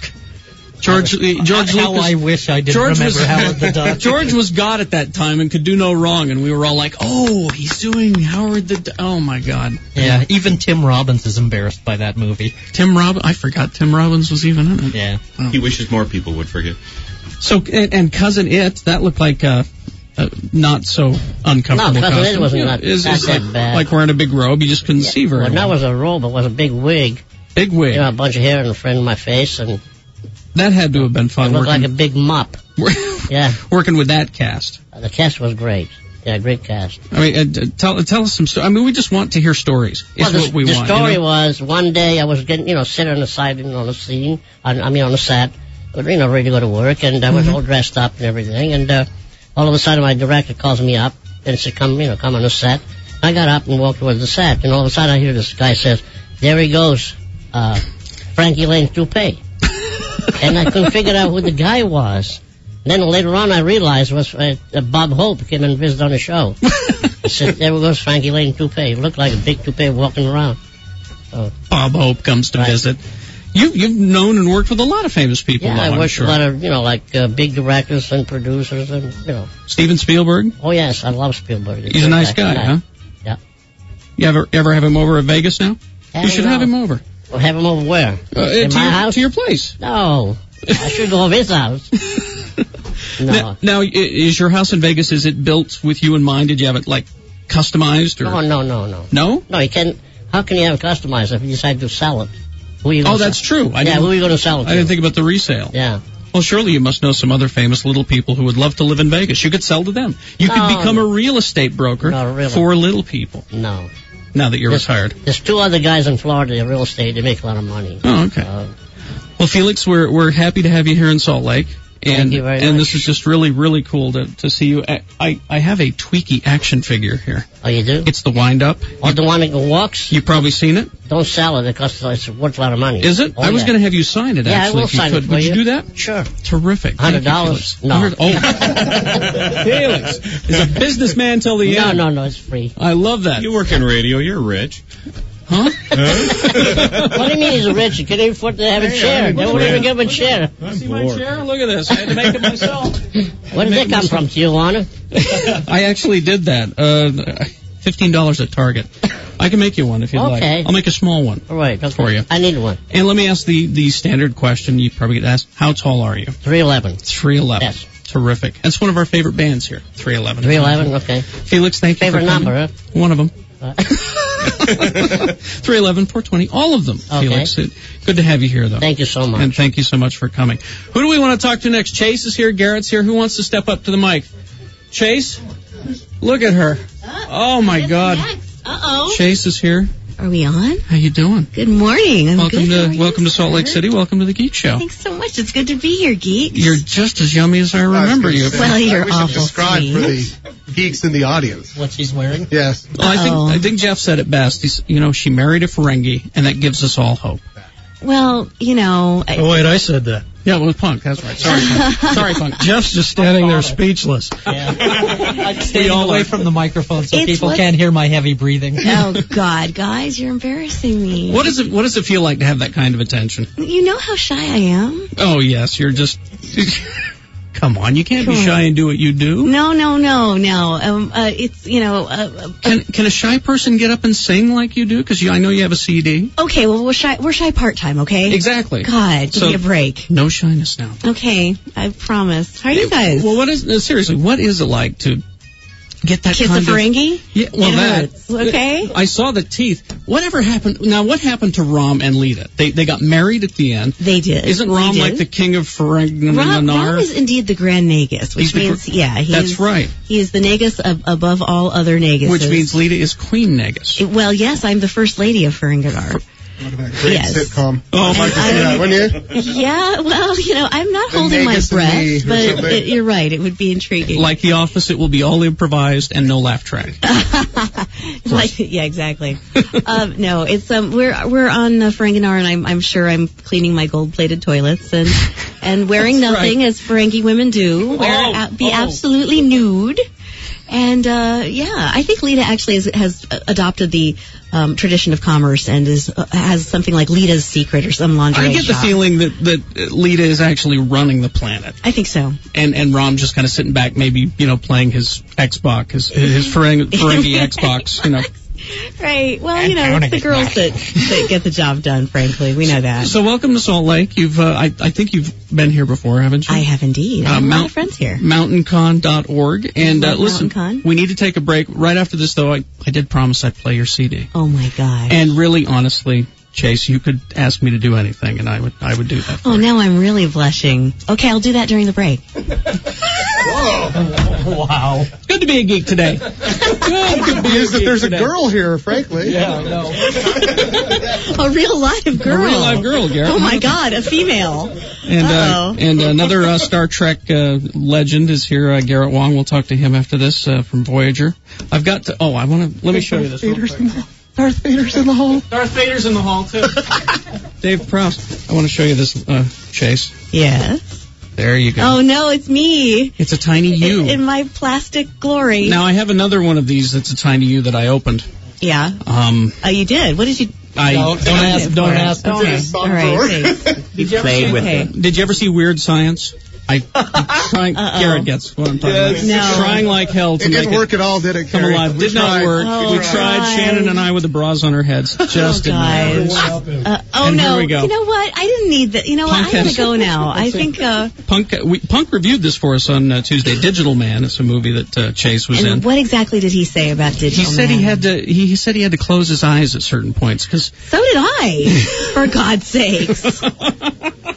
S1: George uh, George
S8: How
S1: Lucas.
S8: I wish I didn't
S1: George
S8: remember
S1: was
S8: Howard the Duck.
S1: George was God at that time and could do no wrong, and we were all like, "Oh, he's doing Howard the." Du- oh my God,
S8: Yeah, even Tim Robbins is embarrassed by that movie.
S1: Tim Rob. I forgot Tim Robbins was even in it.
S8: Yeah.
S9: He wishes more people would forget.
S1: So and, and cousin it that looked like uh, uh not so uncomfortable.
S7: No, Cousin It
S1: costume.
S7: wasn't
S1: Yeah,
S7: not-
S1: it's-
S7: not
S1: it's
S7: that
S1: like,
S7: bad.
S1: Like wearing a big robe, you just couldn't see very
S7: well, that
S1: well.
S7: was a robe. It was a big wig.
S1: Big wig.
S7: you know, a bunch of hair and a friend in my face, and
S1: That had to have been
S7: I
S1: fun
S7: looked like a
S1: working
S7: big mop. Yeah,
S1: working with that cast.
S7: the cast was great. Yeah, great cast.
S1: I mean, uh, uh, tell tell us some. Sto- I mean, we just want to hear stories. Is
S7: well, the,
S1: what we
S7: the
S1: want. you
S7: story
S1: know?
S7: was one day I was getting, you know, sitting on the side and on the scene, on, I mean, on the set, you know, ready to go to work, and I was
S1: Mm-hmm.
S7: all dressed up and everything, and uh, all of a sudden my director calls me up and said, "Come, you know, come on the set." I got up and walked towards the set, and all of a sudden I hear this guy says, "There he goes, uh, Frankie Lane's toupee," and I couldn't figure out who the guy was. Then later on, I realized it was uh, uh, Bob Hope came and visited on the show. I said, "There goes Frankie Lane toupee. Looked like a big toupee walking around."
S1: Bob Hope comes to
S7: Right.
S1: visit. You you've known and worked with a lot of famous people.
S7: Yeah,
S1: though,
S7: I
S1: I'm
S7: worked
S1: sure.
S7: a lot of you know like uh, big directors and producers and you know.
S1: Steven Spielberg.
S7: Oh yes, I love Spielberg.
S1: He's a nice guy, huh?
S7: Yeah.
S1: You ever ever have him over at Vegas now?
S7: Hell
S1: you should
S7: no.
S1: have him over
S7: Well, have him over where?
S1: uh, to,
S7: In
S1: your,
S7: my house?
S1: to your place.
S7: No, I should go over his house. No,
S1: Now, now, i- is your house in Vegas? Is it built with you in mind? Did you have it like customized or
S7: no, no, no, no.
S1: no? Oh,
S7: No, you can. How can you have it customized if you decide to sell it? Who are you? Gonna
S1: Oh, that's
S7: sell?
S1: true. I
S7: yeah,
S1: didn't,
S7: who are you going to sell it?
S1: I didn't
S7: to?
S1: think about the resale.
S7: Yeah.
S1: Well, surely you must know some other famous little people who would love to live in Vegas. You could sell to them. You could
S7: No.
S1: become a real estate broker
S7: No, really.
S1: for little people.
S7: No.
S1: Now that you're
S7: Yes.
S1: retired.
S7: There's two other guys in Florida in real estate. They make a lot of money.
S1: Oh, okay.
S7: Uh,
S1: Well, Felix, we're we're happy to have you here in Salt Lake. And,
S7: you very
S1: and
S7: much.
S1: this is just really, really cool to, to see you. I, I, I have a Tweaky action figure here.
S7: oh, you do?
S1: It's the wind up.
S7: Or the one that walks?
S1: You've probably seen it.
S7: Don't sell it. It costs it's worth a lot of money.
S1: Is it?
S7: Oh,
S1: I was
S7: yeah.
S1: going to have you sign it,
S7: Yeah, I
S1: actually,
S7: will
S1: if you
S7: sign it
S1: could.
S7: for
S1: Would you
S7: you.
S1: do that?
S7: Sure.
S1: Terrific. Thank you,
S7: $100.
S1: Felix.
S7: No.
S1: Hundred- Oh. Felix is a businessman till the
S7: No,
S1: end.
S7: no, no. It's free.
S1: I love that.
S9: You work in radio. You're rich.
S1: Huh?
S7: what do you mean he's rich? He couldn't even afford to have a chair. They wouldn't even give him a chair.
S9: I'm
S1: See my chair? Look at this. I had to make it myself.
S7: Where did that come from, Tijuana?
S1: I actually did that. Uh, Fifteen dollars at Target. I can make you one if you'd
S7: Okay.
S1: like. I'll make a small one.
S7: All right. Okay.
S1: For you.
S7: I need one.
S1: And let me ask the the standard question you probably get asked: How tall are you?
S7: 311.
S1: Three eleven.
S7: Yes.
S1: Terrific. That's one of our favorite bands here. Three eleven.
S7: 311? Okay.
S1: Felix, thank you.
S7: Favorite
S1: for coming.
S7: number,
S1: One of them.
S7: huh? Uh,
S1: 311, 420, all of them,
S7: Okay.
S1: Felix. It- Good to have you here, though.
S7: Thank you so much.
S1: And thank you so much for coming. Who do we want to talk to next? Chase is here. Garrett's here. Who wants to step up to the mic? Chase? Look at her. Oh, my God.
S10: Uh oh.
S1: Chase is here.
S10: Are we on?
S1: How you doing?
S10: Good morning. I'm
S1: welcome
S10: good. How are
S1: to
S10: you,
S1: welcome to Salt Lake
S10: sir?
S1: City. Welcome to the Geek Show.
S10: Thanks so much. It's good to be here, geeks.
S1: You're just as yummy as I
S6: I was
S1: remember
S6: gonna
S1: you.
S6: say,
S10: Well, you're
S6: I wish
S10: awful
S6: It described for the geeks in the audience.
S11: What she's wearing?
S6: Yes.
S1: Well, I think
S10: Uh-oh.
S1: I think Jeff said it best. He's, you know, she married a Ferengi, and that gives us all hope.
S10: well, you know, I,
S9: Oh, wait, I said that.
S1: Yeah, well, Punk. That's right. Sorry, Punk. Sorry, Punk.
S9: Jeff's just standing there speechless.
S11: I'm staying
S1: all
S11: away
S1: are.
S11: from the microphone so
S10: It's
S11: people
S10: what-
S11: can't hear my heavy breathing.
S10: oh God, guys, you're embarrassing me.
S1: What is it? What does it feel like to have that kind of attention?
S10: You know how shy I am.
S1: Oh yes, you're just. Come on, you can't be
S10: Come
S1: shy
S10: on.
S1: and do what you do.
S10: No, no, no, no. Um, uh, it's you know. Uh,
S1: Can can a shy person get up and sing like you do? Because I know you have a CD.
S10: uh, okay, well we're shy. We're shy part time. Okay.
S1: Exactly.
S10: God, give
S1: So-
S10: me a break.
S1: No shyness now.
S10: Okay, I promise. How are you guys?
S1: Well, what is no, seriously? What is it like to get that
S10: Kiss
S1: kind
S10: a
S1: of-
S10: Ferengi?
S1: Yeah, well,
S10: It
S1: that.
S10: hurts, okay?
S1: I saw the teeth. Whatever happened? Now, what happened to Rom and Lita? They they got married at the end.
S10: They did.
S1: Isn't
S10: They
S1: Rom
S10: did.
S1: like the king of Ferengi?
S10: Rob, Rob is indeed the Grand Nagus,
S1: He's
S10: which
S1: the gr-
S10: means yeah, he
S1: That's
S10: is,
S1: right.
S10: He is the Nagus ab- above all other Naguses.
S1: Which means Lita is Queen Negus.
S10: well, yes, I'm the first lady of Ferenginar.
S6: Great
S10: Yes.
S6: sitcom.
S1: Oh
S6: Like to see that, wouldn't you?
S10: Yeah, well, you know, I'm not
S6: The
S10: holding my
S6: Nagus and me or
S10: breath, but
S6: something.
S10: it, you're right. It would be intriguing.
S1: Like The Office, it will be all improvised and no laugh track.
S10: Like- yeah, exactly. um, no, it's um, we're we're on uh, Ferenginar, and I'm I'm sure I'm cleaning my gold-plated toilets and and wearing nothing as Ferengi women do, wear,
S1: Oh,
S10: a- be
S1: oh.
S10: absolutely nude. And uh, yeah, I think Lita actually has, has uh, adopted the um, tradition of commerce and is uh, has something like Lita's secret or some lingerie
S1: I get the
S10: shop.
S1: feeling that that uh, Lita is actually running the planet,
S10: I think so.
S1: and and Rom just kind of sitting back, maybe you know playing his Xbox, his his Ferengi, Ferengi Xbox, you know.
S10: Right. Well, you know, it's the girls that, that get the job done. Frankly, we know that.
S1: So welcome to Salt Lake. You've uh, I I think you've been here before, haven't you?
S10: I have indeed. I
S1: Uh,
S10: have a lot
S1: Mount-
S10: of friends here.
S1: mountaincon.org. And uh,
S10: Love
S1: listen,
S10: Mountain Con.
S1: we need to take a break. Right after this, though, I, I did promise I'd play your CD.
S10: Oh my god.
S1: And really, honestly, Chase, you could ask me to do anything, and I would I would do that.
S10: Oh, now I'm really blushing. Okay, I'll do that during the break.
S11: wow.
S1: It's good to be a geek today. Good
S6: Oh,
S1: to be
S6: Is that
S1: geek
S6: there's a
S1: today.
S6: girl here, frankly.
S10: A real live girl.
S1: A real live girl, Garrett.
S10: Oh my god, a female.
S1: And, uh,
S10: Uh-oh.
S1: and another uh, Star Trek uh, legend is here, uh, Garrett Wong. We'll talk to him after this uh, from Voyager. I've got to. Oh, I want to. Let me show you this. real
S6: Vader's
S1: quick.
S6: in the- Darth Vader's in the hall.
S1: Darth Vader's in the hall too. Dave Proust. I want to show you this, uh, Chase.
S10: Yes.
S1: There you go.
S10: Oh no, it's me.
S1: It's a tiny you.
S10: In, in my plastic glory.
S1: Now I have another one of these that's a tiny U that I opened.
S10: Yeah.
S1: Um,
S10: Oh, you did. What did you?
S1: I
S11: Don't, don't ask. Don't ask.
S10: Okay. All right. thanks.
S1: did you, ever see,
S10: Okay.
S1: did you ever see Weird Science? I I'm trying, Garrett gets what I'm talking about.
S10: No.
S1: Trying like hell to
S6: It
S1: make
S6: didn't work
S1: it
S6: at all, did it?
S1: come
S6: Carrie?
S1: alive.
S6: We
S1: Did not
S6: tried.
S1: work.
S10: Oh,
S1: we
S10: we
S1: tried.
S10: tried.
S1: Shannon and I with the bras on our heads. Just
S10: oh,
S1: didn't work.
S10: God. Uh, oh
S1: And here
S10: no.
S1: we go.
S10: You know what? I didn't need that. You know what? I
S1: Podcast.
S10: gotta go now. I think. Uh,
S1: Punk we, Punk reviewed this for us on uh, Tuesday. Digital Man. It's a movie that uh, Chase was in.
S10: and what exactly did he say about
S1: he
S10: digital?
S1: said he
S10: man?
S1: had to. He, he said he had to close his eyes at certain points because
S10: So did I. for God's sakes.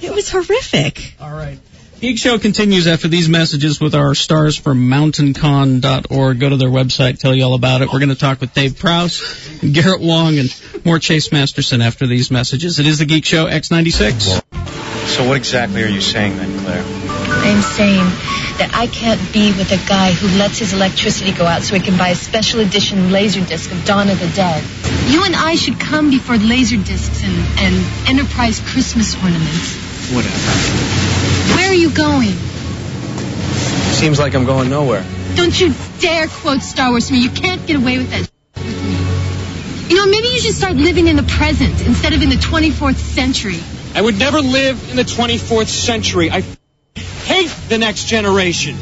S10: It was horrific.
S11: All right.
S1: Geek Show continues after these messages with our stars from mountaincon.org. Go to their website, tell you all about it. We're going to talk with Dave Prouse, and Garrett Wong, and more Chase Masterson after these messages. It is the Geek Show X96.
S9: So what exactly are you saying then, Claire?
S12: I'm saying that I can't be with a guy who lets his electricity go out so he can buy a special edition laser disc of Dawn of the Dead. You and I should come before laser discs and, and Enterprise Christmas ornaments. Whatever. Where are you going?
S9: Seems like I'm going nowhere.
S12: Don't you dare quote Star Wars to me. You can't get away with that with me. You know, maybe you should start living in the present instead of in the 24th century.
S9: I would never live in the 24th century. I f- hate the next generation.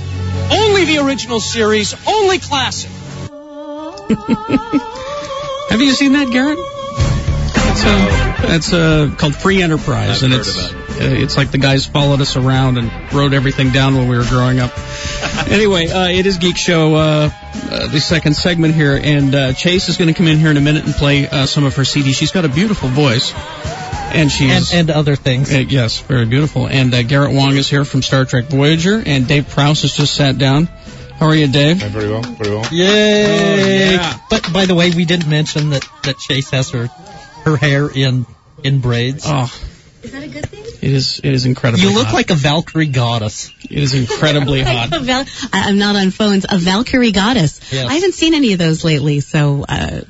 S9: Only the original series, only classic.
S1: Have you seen that, Garrett? It's, uh, that's uh, called Free Enterprise,
S13: I've
S1: and
S13: heard
S1: it's
S13: of
S1: uh, it's like the guys followed us around and wrote everything down when we were growing up. anyway, uh, it is Geek Show uh, uh, the second segment here, and uh, Chase is going to come in here in a minute and play uh, some of her CDs. She's got a beautiful voice, and she's
S14: and, and other things.
S1: Uh, yes, very beautiful. And uh, Garrett Wong is here from Star Trek Voyager, and Dave Prouse has just sat down. How are you, Dave?
S15: very well, very well.
S1: Oh,
S14: Yay! But by the way, we didn't mention that, that Chase has her her hair in in braids.
S1: Oh.
S10: Is that a good thing?
S1: It is it is incredible.
S14: You look
S1: hot.
S14: like a Valkyrie goddess.
S1: It is incredibly
S10: Like a Val- I- I'm not on phones. A Valkyrie goddess.
S14: Yes.
S10: I haven't seen any of those lately, so uh,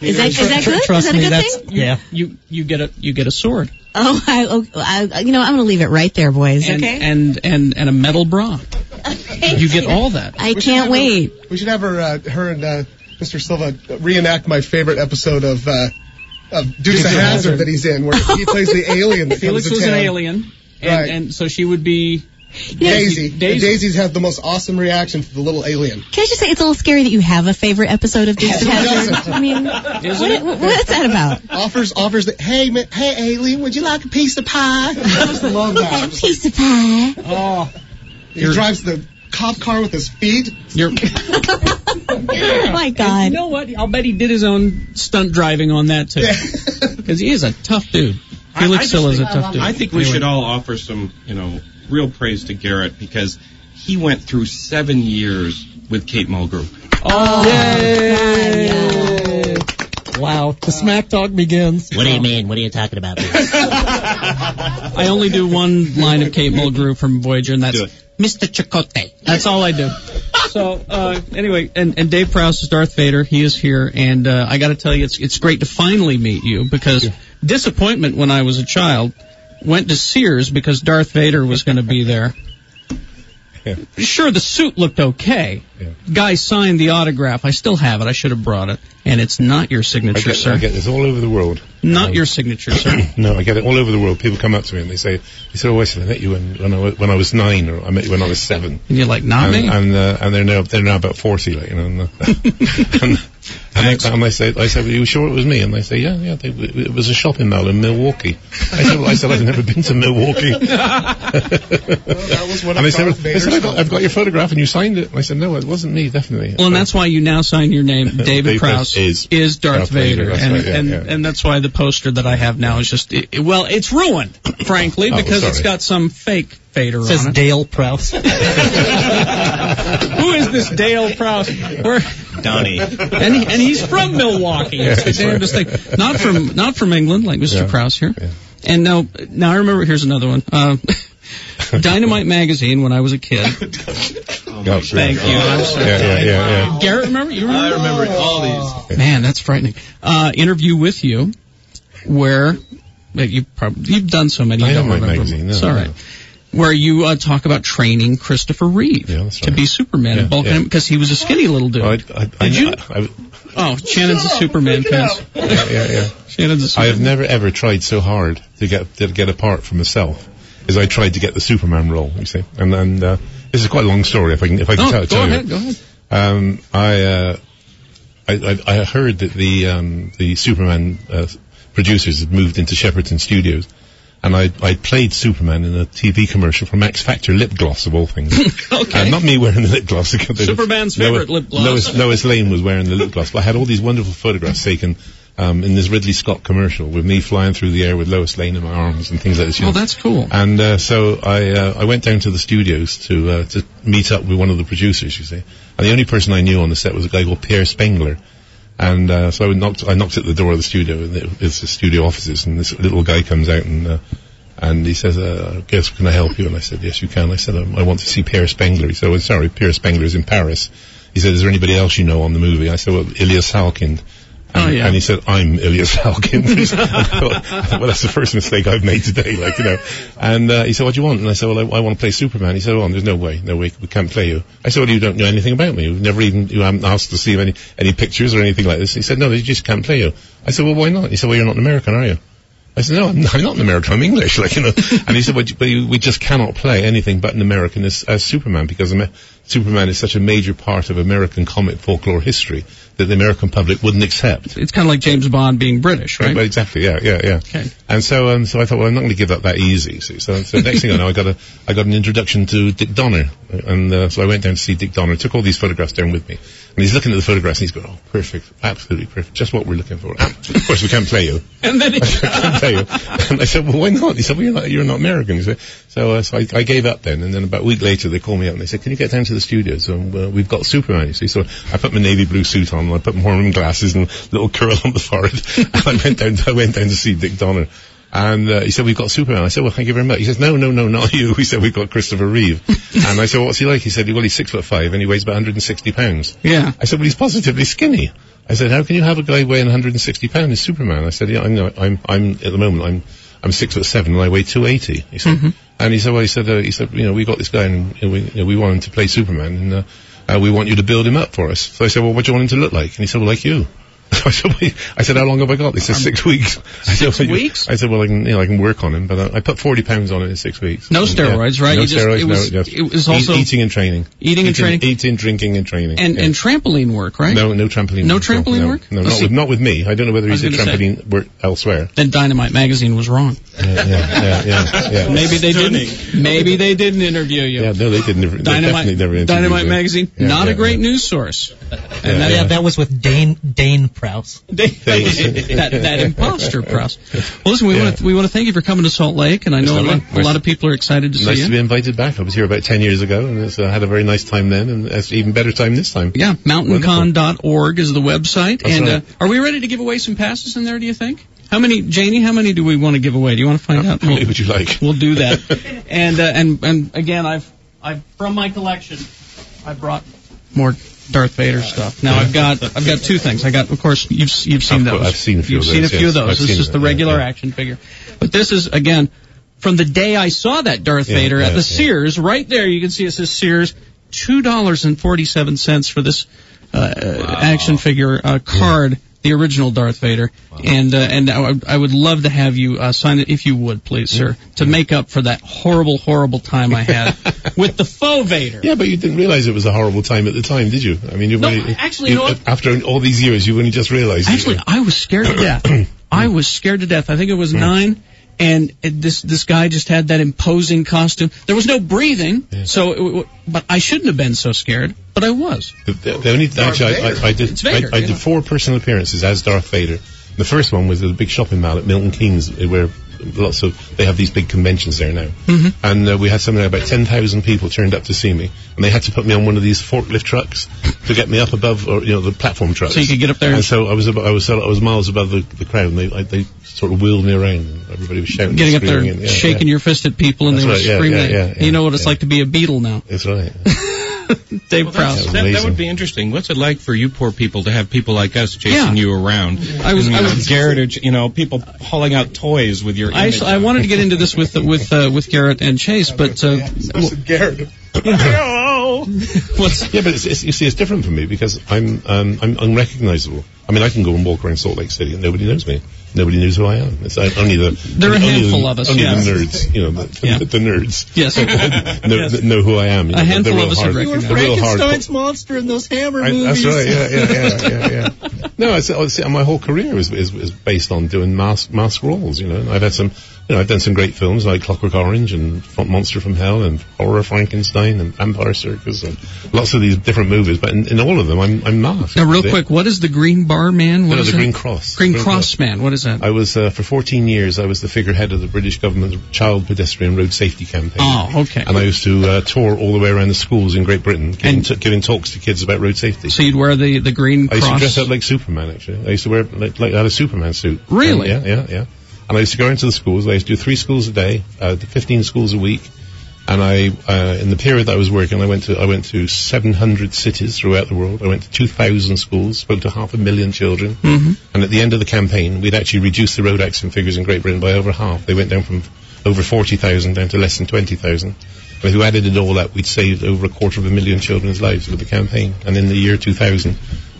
S10: is that is that good? is that a good thing?
S14: yeah.
S1: You you get a you get a sword.
S10: Oh, I, oh, I, you know, I'm going to leave it right there, boys.
S1: And, and and and a metal bra. You get all that.
S10: I
S6: We should
S10: can't
S6: have
S10: wait.
S6: Her, we should have her, uh, her and uh, Mr. Silva reenact my favorite episode of uh, of Dukes
S1: Dukes
S6: of
S1: of Hazzard.
S6: Hazard that he's in, where he plays the alien. That
S1: Felix
S6: comes
S1: was
S6: to
S1: an
S6: town.
S1: alien, and,
S6: Right.
S1: and so she would be. Daisy.
S6: Daisy. Daisy. Daisy's had the most awesome reaction to the little alien.
S10: Can I just say it's a little scary that you have a favorite episode of Dukes of
S6: Who
S10: Hazzard?
S6: doesn't?
S10: I mean,
S6: Isn't
S10: what,
S6: it?
S10: what, what's that about?
S6: Offers offers that hey ma- hey alien, would you like a piece of pie? I just love that.
S10: piece of pie.
S6: Oh, he drives the cop car with his feet.
S1: You're,
S10: oh my
S1: you
S10: God.
S1: know what? I'll bet he did his own stunt driving on that too, because he is a tough dude. Felix
S9: I, I just
S1: Silla's a
S9: think-
S1: tough dude.
S9: I think we
S1: Anyway.
S9: should all offer some, you know, real praise to Garrett because he went through seven years with Kate Mulgrew.
S14: Oh, Wow. The smack talk begins.
S7: What do you mean? What are you talking about?
S1: I only do one line of Kate Mulgrew from Voyager, and that's Mr. Chicote. That's all I do. So uh, anyway, and, and Dave Prowse is Darth Vader. He is here, and uh, I got to tell you, it's it's great to finally meet you because disappointment when I was a child went to Sears because Darth Vader was going to be there. Sure, the suit looked okay. Guy signed the autograph. I still have it. I should have brought it. And it's not your
S15: I
S1: signature,
S15: get,
S1: sir.
S15: I get this all over the world. Um,
S1: Not your signature, sir.
S15: no, I get it all over the world. People come up to me and they say, "They say, oh, Wesley, I met you when, when I was when I was nine, or I met you when I was seven.
S1: And you're like, "Not
S15: and,
S1: me."
S15: And uh, and they're now they're now about forty, like you know. And, uh, and, and, they, and they say, I said, "Were you sure it was me?" And they say, "Yeah, yeah, they, it was a shopping mall in Milwaukee." I said, well, "I said I've never been to Milwaukee."
S6: one
S15: and
S6: of
S15: they said,
S6: Darth
S15: they said
S6: Vader's
S15: I've, got, "I've got your photograph and you signed it." And I said, "No, it wasn't me, definitely."
S1: Well, and that's why you now sign your name, David
S15: David
S1: Prowse
S15: is-
S1: Darth,
S15: Darth
S1: Vader,
S15: Vader, that's
S1: and
S15: right, yeah,
S1: and
S15: yeah.
S1: and that's why the poster that I have now is just it, it- well, it's ruined, frankly,
S15: Oh,
S1: because it's
S15: sorry.
S1: got some fake Vader
S14: It says
S1: on it.
S14: Dale Prouse.
S1: Who is this Dale Prowse? Where,
S9: Donnie.
S1: and he, and he's from Milwaukee.
S9: Yeah,
S1: It's the
S9: that's right.
S1: damnedest thing. Not from not from England, like Mr. Prowse here. And now now I remember. Here's another one. Uh, Dynamite magazine when I was a kid.
S15: Oh,
S1: Thank you. I'm sorry.
S15: Yeah, yeah, yeah, yeah.
S1: Garrett, remember? You remember? Oh.
S9: I remember all
S1: these. Man, that's frightening. Uh, interview with you, where well, you probably you've done so many. You don't
S15: Dynamite
S1: remember.
S15: magazine, no,
S1: it's all
S15: no.
S1: right. Where you uh, talk about training Christopher Reeve to be Superman and
S15: Yeah,
S1: bulking
S15: yeah.
S1: him because he was a skinny little dude.
S15: Did I,
S1: you-
S15: I, I,
S1: oh, Shannon's a Superman. fans.
S15: yeah, yeah, yeah. I have never ever tried so hard to get to get apart from myself as I tried to get the Superman role. You see, and then uh, this is quite a long story. If I can, if I can
S1: Oh,
S15: tell,
S1: go
S15: tell
S1: ahead,
S15: you,
S1: go ahead.
S15: Um, I, uh, I, I I heard that the um, the Superman uh, producers had moved into Shepperton Studios. And I, I played Superman in a TV commercial from X Factor lip gloss of all things. okay. not me wearing the lip gloss.
S1: Superman's
S15: Lois-
S1: favourite lip gloss.
S15: Lois, Lois Lane was wearing the lip gloss. But I had all these wonderful photographs taken um, in this Ridley Scott commercial with me flying through the air with Lois Lane in my arms and things like this. you
S1: Oh,
S15: know.
S1: that's cool.
S15: And uh, so I uh, I went down to the studios to uh, to meet up with one of the producers, you see. And the only person I knew on the set was a guy called Pierre Spengler. And uh, so I knocked I knocked at the door of the studio, and it, it's the studio offices, and this little guy comes out and. Uh, and he says, uh, I guess, can I help you? And I said, yes, you can. I said, um, I want to see Pierre Spengler. He said, well, sorry, Pierre Spengler is in Paris. He said, is there anybody else you know on the movie? I said, well, Ilyas Halkind. And,
S1: Oh, yeah.
S15: and he said, I'm Ilyas Halkind. I thought, I thought, well, that's the first mistake I've made today, like, you know. And uh, he said, what do you want? And I said, well, I, I want to play Superman. He said, well, there's no way, no way, we can't play you. I said, well, you don't know anything about me. You've never even, you haven't asked to see any, any pictures or anything like this. He said, no, they just can't play you. I said, well, why not? He said, well, you're not an American, are you? I said, no, I'm I'm not an American. I'm English, like you know. and he said, well, but you- we just cannot play anything but an American as, as Superman because Amer- Superman is such a major part of American comic folklore history that the American public wouldn't accept.
S1: It's kind of like James Bond being British, right?
S15: Well, exactly. Yeah, yeah, yeah.
S1: Okay.
S15: And so, um, so I thought, well, I'm not going to give up that easy. See? So, so next thing I know, I got a, I got an introduction to Dick Donner, and uh, so I went down to see Dick Donner, took all these photographs down with me, And he's looking at the photographs and he's going, oh, perfect, absolutely perfect, just what we're looking for. Ah, of course, we can't play you.
S1: And then
S15: I can't play you. And I said, well, why not? He said, well, you're not, you're not American. He said, so, uh, so I, I gave up then. And then about a week later, they called me up and they said, can you get down to the studios? And uh, we've got Superman, you see. So I put my navy blue suit on and I put my horn glasses and a little curl on the forehead. and I went down, I went down to see Dick Donner. And uh, he said, we've got Superman. I said, well, thank you very much. He says, no, no, no, not you. He said, we've got Christopher Reeve. and I said, what's he like? He said, well, he's six foot five and he weighs about 160 pounds.
S16: Yeah.
S15: I said, well, he's positively skinny. I said, how can you have a guy weighing 160 pounds as Superman? I said, yeah, I'm, not, I'm, I'm, at the moment, I'm, I'm six foot seven and I weigh 280. He
S1: Mm-hmm.
S15: said, and he said, well, he said, uh, he said, you know, we got this guy and you know, we, you know, we want him to play Superman and, uh, uh, we want you to build him up for us. So I said, well, what do you want him to look like? And he said, well, like you. I said, "Well, I said, how long have I got? They said, six weeks. I said,
S1: Um, six
S15: "Well, you-"
S1: weeks?
S15: I said, well, I can, you know, I can work on him, but uh, I, I put 40 pounds on it in six weeks.
S1: No
S15: Yeah.
S1: steroids, right?
S15: No
S1: You just-
S15: steroids,
S1: it was-
S15: no,
S1: it was
S15: Eat-
S1: also-
S15: eating and training.
S1: Eating and training?
S15: Eating, drinking and training.
S1: And,
S15: Yeah.
S1: and trampoline work, right?
S15: No, no trampoline.
S1: No
S15: work,
S1: trampoline
S15: no,
S1: work?
S15: No,
S1: Let's
S15: not
S1: see.
S15: with, not with me. I don't know whether
S1: I was
S15: he's a
S1: gonna say.
S15: trampoline work elsewhere.
S1: Then Dynamite magazine was wrong.
S15: Yeah, yeah, yeah, yeah.
S1: Maybe they didn't. Maybe they didn't interview you.
S15: Yeah, no, they didn't. Never, they
S1: Dynamite,
S15: definitely never interviewed
S1: Dynamite
S15: me.
S1: magazine,
S15: Yeah,
S1: not
S15: yeah,
S1: a great news source.
S15: Yeah,
S1: And that,
S15: yeah.
S8: That was with Dane Dane Prouse.
S1: that, that imposter press. Well, listen, we want to we want to thank you for coming to Salt Lake, and I know a
S15: no
S1: lot, a
S15: worries.
S1: lot of people are excited to see
S15: Nice
S1: you.
S15: to be invited back. I was here about 10 years ago and it's, uh, had a very nice time then and it's even better time this time.
S1: Yeah, mountaincon.org is the website.
S15: That's
S1: and
S15: right.
S1: uh, are we ready to give away some passes in there, do you think? How many, Janie, how many do we want to give away? Do you want to
S15: Uh,
S1: find out? How many
S15: would you like?
S1: We'll do that. and, uh, and, and again, I've, I've, from my collection, I brought more Darth Vader stuff. Now I've got, I've got two things. I got, of course, you've, you've seen
S15: Of course,
S1: those.
S15: I've seen a few
S1: You've
S15: of
S1: seen
S15: those,
S1: a few
S15: yes.
S1: of those.
S15: I've
S1: It's
S15: seen
S1: just the
S15: them, yeah,
S1: regular
S15: yeah.
S1: action figure. But this is, again, from the day I saw that Darth
S15: Yeah,
S1: Vader
S15: yeah,
S1: at the
S15: yeah.
S1: Sears, right there, you can see it says Sears, two dollars and forty-seven cents for this uh, uh action figure uh, card, the original Darth Vader, and uh, and I, would- I would love to have you uh, sign it if you would, please, sir, to make up for that horrible, horrible time I had with the faux Vader.
S15: Yeah, but you didn't realize it was a horrible time at the time, did you? I mean, you
S1: No,
S15: really-
S1: actually, you know what?
S15: after all these years, you only just realized.
S1: Actually, I was scared to death. I was scared to death. I think it was nine, and it, this this guy just had that imposing costume. There was no breathing, so it, w- but I shouldn't have been so scared, but I was.
S15: The, the- the only actually, I, I, I did.
S1: It's Vader,
S15: I, I
S1: you know.
S15: did four personal appearances as Darth Vader. The first one was at a big shopping mall at Milton Keynes, where lots of they have these big conventions there now.
S1: Mm-hmm.
S15: And uh, we had something like about 10,000 people turned up to see me. And they had to put me on one of these forklift trucks to get me up above, or, you know, the platform trucks.
S1: So you could get up there and-
S15: And so I was, about, I was, I was miles above the, the crowd and they, I, they sort of wheeled me around and everybody was shouting.
S1: Getting up
S15: and
S1: there,
S15: screaming. yeah,
S1: shaking
S15: yeah.
S1: your fist at people, and
S15: That's
S1: they were
S15: right, yeah,
S1: screaming.
S15: yeah,
S1: at-
S15: yeah, yeah,
S1: you know what it's like to be a beetle now.
S15: That's right.
S1: Dave
S9: That,
S1: Prowse.
S9: that would be interesting. What's it like for you poor people to have people like us chasing
S1: Yeah.
S9: you around?
S1: I was-
S9: And, you
S1: I
S9: know,
S1: was-
S9: Garrett, or, you know, people hauling out toys with your.
S1: I,
S9: image
S1: actually, I
S9: on it.
S1: wanted to get into this with with uh, with Garrett and Chase, but uh, w-
S17: Garrett.
S1: Hello.
S15: yeah, but it's, it's, you see, it's different for me because I'm um, I'm unrecognizable. I mean, I can go and walk around Salt Lake City and nobody knows me. Nobody knows who I am. It's uh, only the
S1: There are a
S15: only the-
S1: handful of us,
S15: Only
S1: yes.
S15: the nerds, you know, the, the,
S1: Yeah.
S15: the nerds.
S1: Yes.
S15: know, know who I am. You know, the-
S1: A
S15: the
S1: handful
S15: real
S1: of us
S15: hard,
S1: would
S15: the real
S1: recognize.
S15: hard-
S8: monster in those Hammer
S15: I- that's right. Yeah, yeah, yeah, yeah. yeah. no, it's, it's, my whole career is, is, is based on doing mask mask roles. You know, And I've had some, you know, I've done some great films like Clockwork Orange and F- Monster from Hell and Horror Frankenstein and Vampire Circus and lots of these different movies. But in, in all of them, I'm I'm masked.
S1: now real
S15: See?
S1: quick, what is the Green Bar Man? What
S15: No,
S1: is
S15: the
S1: that?
S15: Green Cross.
S1: Green,
S15: Green
S1: Cross Man. What is that?
S15: I was uh, for 14 years. I was the figurehead of the British government's child pedestrian road safety campaign.
S1: Oh, okay.
S15: And I used to uh, tour all the way around the schools in Great Britain, giving, t- giving talks to kids about road safety.
S1: So you'd wear the the Green
S15: I used to dress
S1: Cross.
S15: up like Superman. Actually, I used to wear like, like I had a Superman suit.
S1: Really?
S15: And- yeah, yeah, yeah. And I used to go into the schools. I used to do three schools a day, uh, 15 schools a week. And I, uh, in the period that I was working, I went to I went to 700 cities throughout the world. I went to 2,000 schools, spoke to half a million children.
S1: Mhm.
S15: And at the end of the campaign, we'd actually reduced the road accident figures in Great Britain by over half. They went down from over 40,000 down to less than 20,000. But if you added it all up, we'd saved over a quarter of a million children's lives with the campaign. And in the year 2000,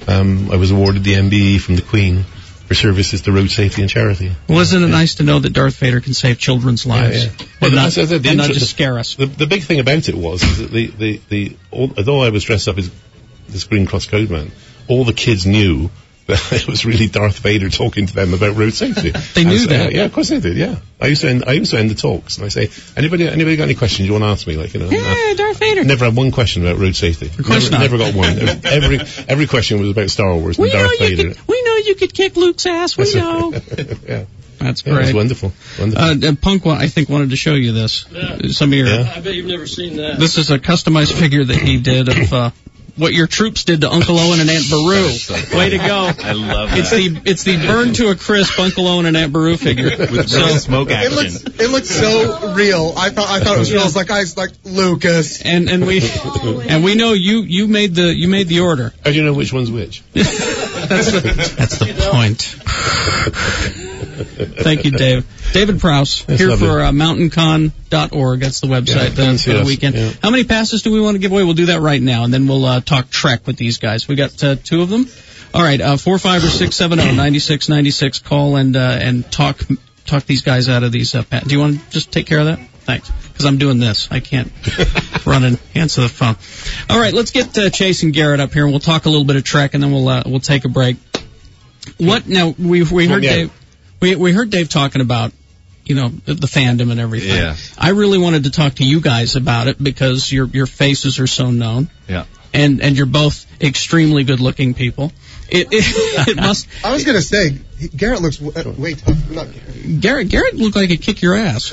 S15: um, I was awarded the MBE from the Queen for services to road safety and charity.
S1: Well, isn't it nice to know that Darth Vader can save children's lives
S15: Yeah, yeah. Well,
S1: and, not,
S15: that's- that's the
S1: and not
S15: inter-
S1: just scare us?
S15: The, the big thing about it was is that the, the, the all, although I was dressed up as this Green Cross Code Man, all the kids knew it was really Darth Vader talking to them about road safety.
S18: They
S15: And
S18: knew
S15: so-
S18: that.
S15: Yeah, of course they did. Yeah, I used to end, I used to end the talks and I say, anybody anybody got any questions you want to ask me? Like you know, yeah,
S18: Darth Vader.
S15: Never had one question about road safety. Of
S1: course
S15: never, never
S1: not.
S15: got one. every every question was about Star Wars and
S1: We know
S15: Darth
S1: you
S15: Vader.
S1: We know you could kick Luke's ass. We know.
S15: yeah.
S1: That's
S15: Yeah, it was
S1: great.
S15: wonderful. Wonderful.
S1: Uh, uh, Punk, wa- I think, wanted to show you this. Uh, Some of your.
S14: I bet you've never seen that.
S1: This is a customized figure that he did of uh, what your troops did to Uncle Owen and Aunt Beru. Way to go!
S14: I love that.
S1: It's the it's the burned to a crisp Uncle Owen and Aunt Beru figure
S14: With real smoke
S6: It
S14: action.
S6: looks it looks so real. I thought I thought it was real. I was like I was like Lucas.
S1: And and we and we know you you made the you made the order.
S15: How do you know which one's which?
S1: that's the that's the point. Thank you, Dave. David Prouse
S15: That's
S1: here
S15: lovely.
S1: for uh, MountainCon.org. That's the
S15: Yeah,
S1: website
S15: come
S1: uh,
S15: see
S1: for the
S15: us.
S1: weekend.
S15: Yeah.
S1: How many passes do we want to give away? We'll do that right now, and then we'll uh, talk Trek with these guys. We got uh, two of them. All right, uh, four five or six seven zero ninety six ninety six. Call and uh, and talk talk these guys out of these. Uh, pa- do you want to just take care of that? Thanks, because I'm doing this. I can't run and answer the phone. All right, let's get uh, Chase and Garrett up here, and we'll talk a little bit of Trek, and then we'll uh, we'll take a break. What now? We we heard
S15: Yeah.
S1: Dave. We we heard Dave talking about you know the, the fandom and everything.
S14: Yeah.
S1: I really wanted to talk to you guys about it because your your faces are so known.
S14: Yeah.
S1: And and you're both extremely good looking people. It it, it must.
S6: I was gonna say Garrett looks w- uh, way tough. Not Garrett.
S1: Garrett Garrett looked like he'd kick your ass.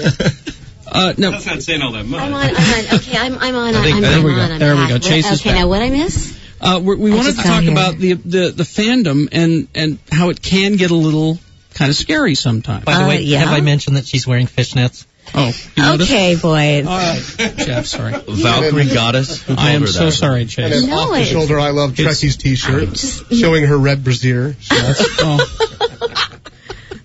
S1: Uh, no.
S9: That's not saying all that much.
S19: I'm on, I'm on. Okay, I'm, I'm on.
S1: I think-
S19: I'm,
S1: there
S19: I'm
S1: we go,
S19: on. I'm
S1: there we
S19: back.
S1: go. Chase
S19: Well,
S1: is
S19: okay,
S1: back.
S19: now what I miss?
S1: Uh, we we
S19: I
S1: wanted
S19: just
S1: to
S19: got
S1: talk
S19: here.
S1: about the, the the fandom and and how it can get a little kind of scary sometimes.
S18: By the
S19: Uh,
S18: way, have I
S1: mentioned?
S18: mentioned that she's wearing fishnets?
S1: Oh, you noticed?
S19: Okay, boys.
S1: Jeff, sorry.
S14: Valkyrie goddess. Who
S1: I
S14: called
S1: am
S14: her
S1: so
S14: that?
S1: sorry,
S6: And
S1: Chase.
S6: an off the shoulder I love Trekkie's T-shirt, showing her red brassiere.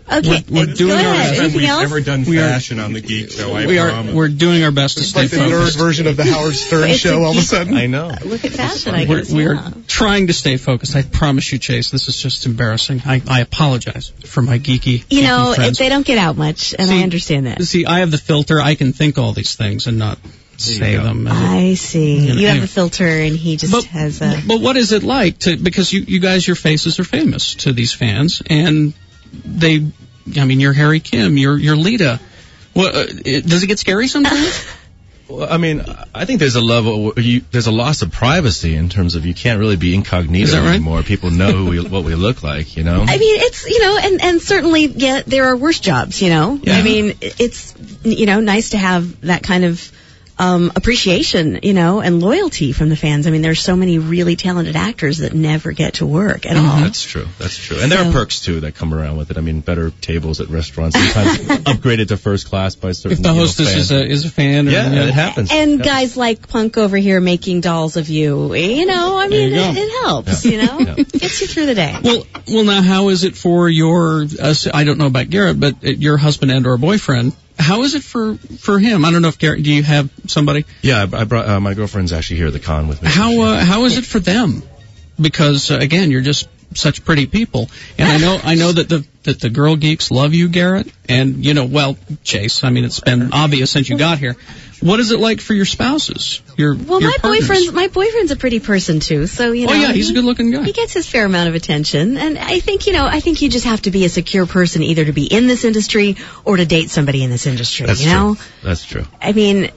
S19: Okay,
S1: We're doing
S19: go
S1: our
S19: ahead.
S1: best.
S19: Anything
S9: We've
S19: else?
S9: never done
S1: We are-
S9: fashion on the Geek Show. I
S1: We are
S9: promise.
S1: we're doing our best to stay
S6: like the nerd
S1: focused.
S6: version of the Howard Stern
S19: It's a
S6: show. All of a
S19: geek-
S6: sudden,
S14: I know.
S19: Look at fashion, I
S1: We're,
S19: guess.
S1: we
S19: yeah.
S1: are trying to stay focused. I promise you, Chase. This is just embarrassing. I, I apologize for my geeky. geeky
S10: You know,
S1: friends.
S10: they don't get out much, and
S1: See-
S10: I understand that.
S1: See, I have the filter. I can think all these things and not say them. And-
S10: I see.
S1: You know,
S10: You have
S1: anyway.
S10: a filter, and he just has a.
S1: But what is it like to because you you guys your faces are famous to these fans and they I mean you're Harry Kim you're you're Lita. What uh, it- does it get scary sometimes?
S14: Well, I mean, I think there's a level where you, there's a loss of privacy in terms of you can't really be
S1: Is
S14: incognito
S1: that right?
S14: anymore. People know who we, what we look like, you know.
S10: I mean, it's you know, and and certainly, yeah, there are worse jobs. You know,
S14: Yeah.
S10: I mean, it's you know, nice to have that kind of um, appreciation, you know, and loyalty from the fans. I mean, there's so many really talented actors that never get to work at
S1: Mm-hmm.
S10: all.
S14: That's true. That's true. And there are perks too that come around with it. I mean, better tables at restaurants, sometimes upgraded to first class by certain.
S1: if the
S14: you know,
S1: hostess
S14: fans.
S1: is a is a fan or,
S14: yeah, it happens.
S10: And
S14: Yeah.
S10: guys like Punk over here making dolls of you. You know, I mean,
S1: you go.
S10: it, it helps.
S1: Yeah.
S10: You know,
S1: Yeah.
S10: gets you through the day.
S1: Well, well, now how is it for your? Uh, I don't know about Garrett, but uh, your husband and or boyfriend. How is it for for him? I don't know if Garrett. Do you have somebody?
S14: Yeah, I I brought uh, my girlfriend's actually here at the con with me.
S1: How uh, how is it for them? Because uh, again, you're just such pretty people, and I know I know that the that the girl geeks love you, Garrett, and you know well, Chase. I mean, it's been obvious since you got here. What is it like for your spouses? Your
S10: Well,
S1: your
S10: my
S1: partners?
S10: boyfriend's my boyfriend's a pretty person too, so you
S1: Oh,
S10: know.
S1: yeah, he's a good-looking guy.
S10: He gets his fair amount of attention, and I think you know, I think you just have to be a secure person either to be in this industry or to date somebody in this industry.
S14: That's
S10: you know,
S14: true. That's true.
S10: I mean,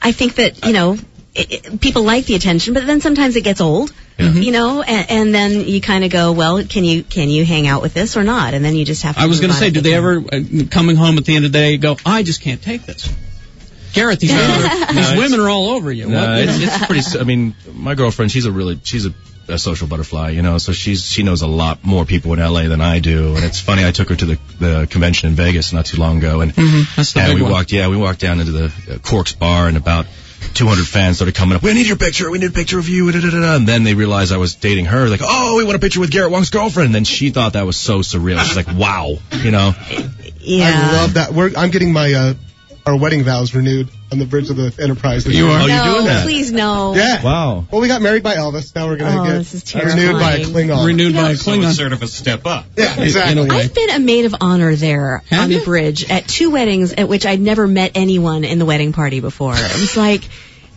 S10: I think that you know. It, it- people like the attention, but then sometimes it gets old, you know, and, and then you kind of go, well, can you can you hang out with this or not? And then you just have to.
S1: I was
S10: going to
S1: say, do they ever uh, coming home at the end of the day go, I just can't take this? Garrett, these, women, are, these
S14: it's-
S1: women are all over you.
S14: No,
S1: What- you
S14: Uh, it's,
S1: know?
S14: it's pretty. s- I mean, my girlfriend, she's a really, she's a, a social butterfly, you know. So she's she knows a lot more people in LA than I do. And it's funny, I took her to the the convention in Vegas not too long ago, and
S1: That's the
S14: and
S1: big
S14: we
S1: one.
S14: walked, yeah, we walked down into the uh, Corks bar, and about 200 fans started coming up. We need your picture. We need a picture of you. da, da, da, da. And then they realized I was dating her. Like, oh, we want a picture with Garrett Wong's girlfriend. And then she thought that was so surreal. She's like, wow, you know.
S10: Yeah.
S6: I love that. We're, I'm getting my uh, our wedding vows renewed on the bridge of the Enterprise. this
S14: You
S6: year.
S14: are? Oh, you're
S10: no,
S14: doing that?
S10: please no.
S6: Yeah.
S14: Wow.
S6: Well, we got married by Elvis. Now we're gonna
S10: Oh,
S6: get
S10: this is
S6: renewed by a
S9: Oh.
S10: terrifying.
S6: Klingon.
S1: Renewed by a
S9: So
S1: Klingon.
S9: it's sort of a step up.
S6: Yeah, exactly.
S1: In a way.
S10: I've been a maid of honor there
S1: Have
S10: on
S1: you?
S10: the bridge at two weddings at which I'd never met anyone in the wedding party before. It was like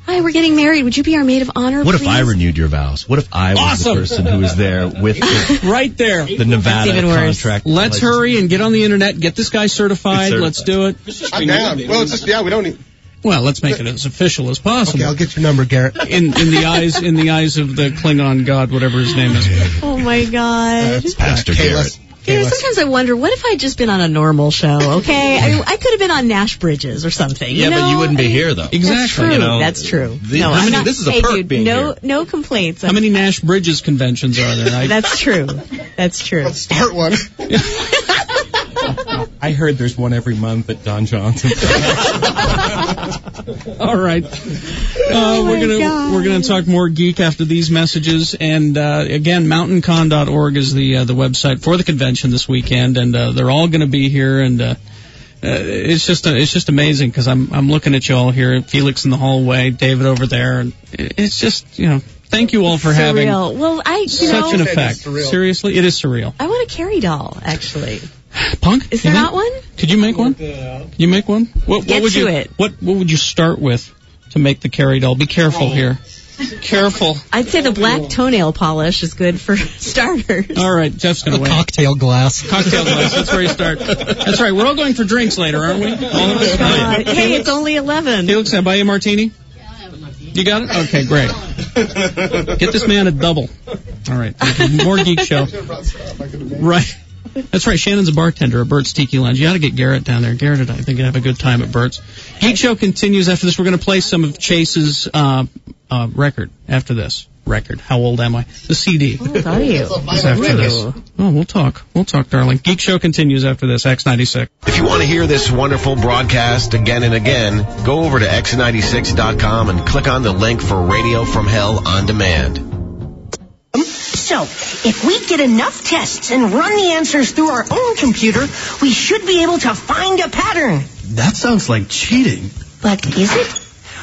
S20: Hi, we're getting married. Would you be our maid of honor?
S14: What if
S20: please?
S14: I renewed your vows? What if I was
S20: Awesome.
S14: the person who was there with the,
S1: right there
S14: the Nevada contract?
S1: Let's hurry and get on the internet. Get this guy certified.
S14: Get certified.
S1: Let's do it.
S6: I'm down. Well, it's just yeah, we don't need.
S1: Well, let's make it as official as possible.
S6: Okay, I'll get your number, Garrett.
S1: In in the eyes in the eyes of the Klingon god, whatever his name is.
S10: Oh my god.
S14: Pastor Garrett.
S10: You know, sometimes I wonder, what if I'd just been on a normal show, okay? I, I could have been on Nash Bridges or something. you
S14: Yeah, but
S10: know?
S14: you wouldn't be here though.
S10: That's true.
S14: You know,
S10: That's true.
S14: the-
S10: no,
S14: how
S10: I'm
S14: many-
S10: not,
S14: this is a
S10: hey,
S14: perk
S10: dude,
S14: being
S10: no,
S14: here.
S10: No complaints.
S1: How many Nash Bridges conventions are there? I,
S10: That's true. That's true. Let's
S6: start one.
S21: I heard there's one every month at Don Johnson.
S1: All right. Uh, we're gonna
S10: Oh, God.
S1: we're gonna talk more geek after these messages. And uh, again, mountaincon.org is the uh, the website for the convention this weekend, and uh, they're all gonna be here. And uh, uh, it's just uh, it's just amazing because I'm I'm looking at you all here, Felix in the hallway, David over there, and it- it's just you know thank you all for having
S10: Surreal. Well, I, you
S1: such
S10: know,
S1: an effect. Seriously, it is surreal.
S10: I want a carry doll, actually.
S1: Punk,
S10: Is there
S14: Mm-hmm.
S1: you make-
S10: not one?
S1: Could you make one? Could you make one? What, what
S10: uh, Get
S1: would
S10: to
S1: you,
S10: it.
S1: What what would you start with to make the carry doll? Be careful here. Careful.
S10: I'd say the black toenail polish is good for starters.
S4: Oh,
S1: All right, Jeff's gonna win.
S22: Cocktail glass.
S1: Cocktail glass. That's where you start. That's right. We're all going for drinks later, aren't we? All of us.
S10: God. Hey, it's only 11.
S1: Felix, can I buy you a martini? You got it? Okay, great. Get this man a double. All right. More geek show. Right. That's right. Shannon's a bartender at Bert's Tiki Lounge. You ought to get Garrett down there. Garrett and I think you'd have a good time at Bert's. Geek Show continues after this. We're going to play some of Chase's uh, uh, record after this. Record. How old am I? The CD. How
S10: old are you?
S1: It's after this. Oh, we'll talk. We'll talk, darling. Geek Show continues after this. X96.
S23: If you want to hear this wonderful broadcast again and again, go over to x96.com and click on the link for Radio from Hell on Demand.
S11: So, if we get enough tests and run the answers through our own computer, we should be able to find a pattern.
S24: That sounds like cheating.
S11: But is it?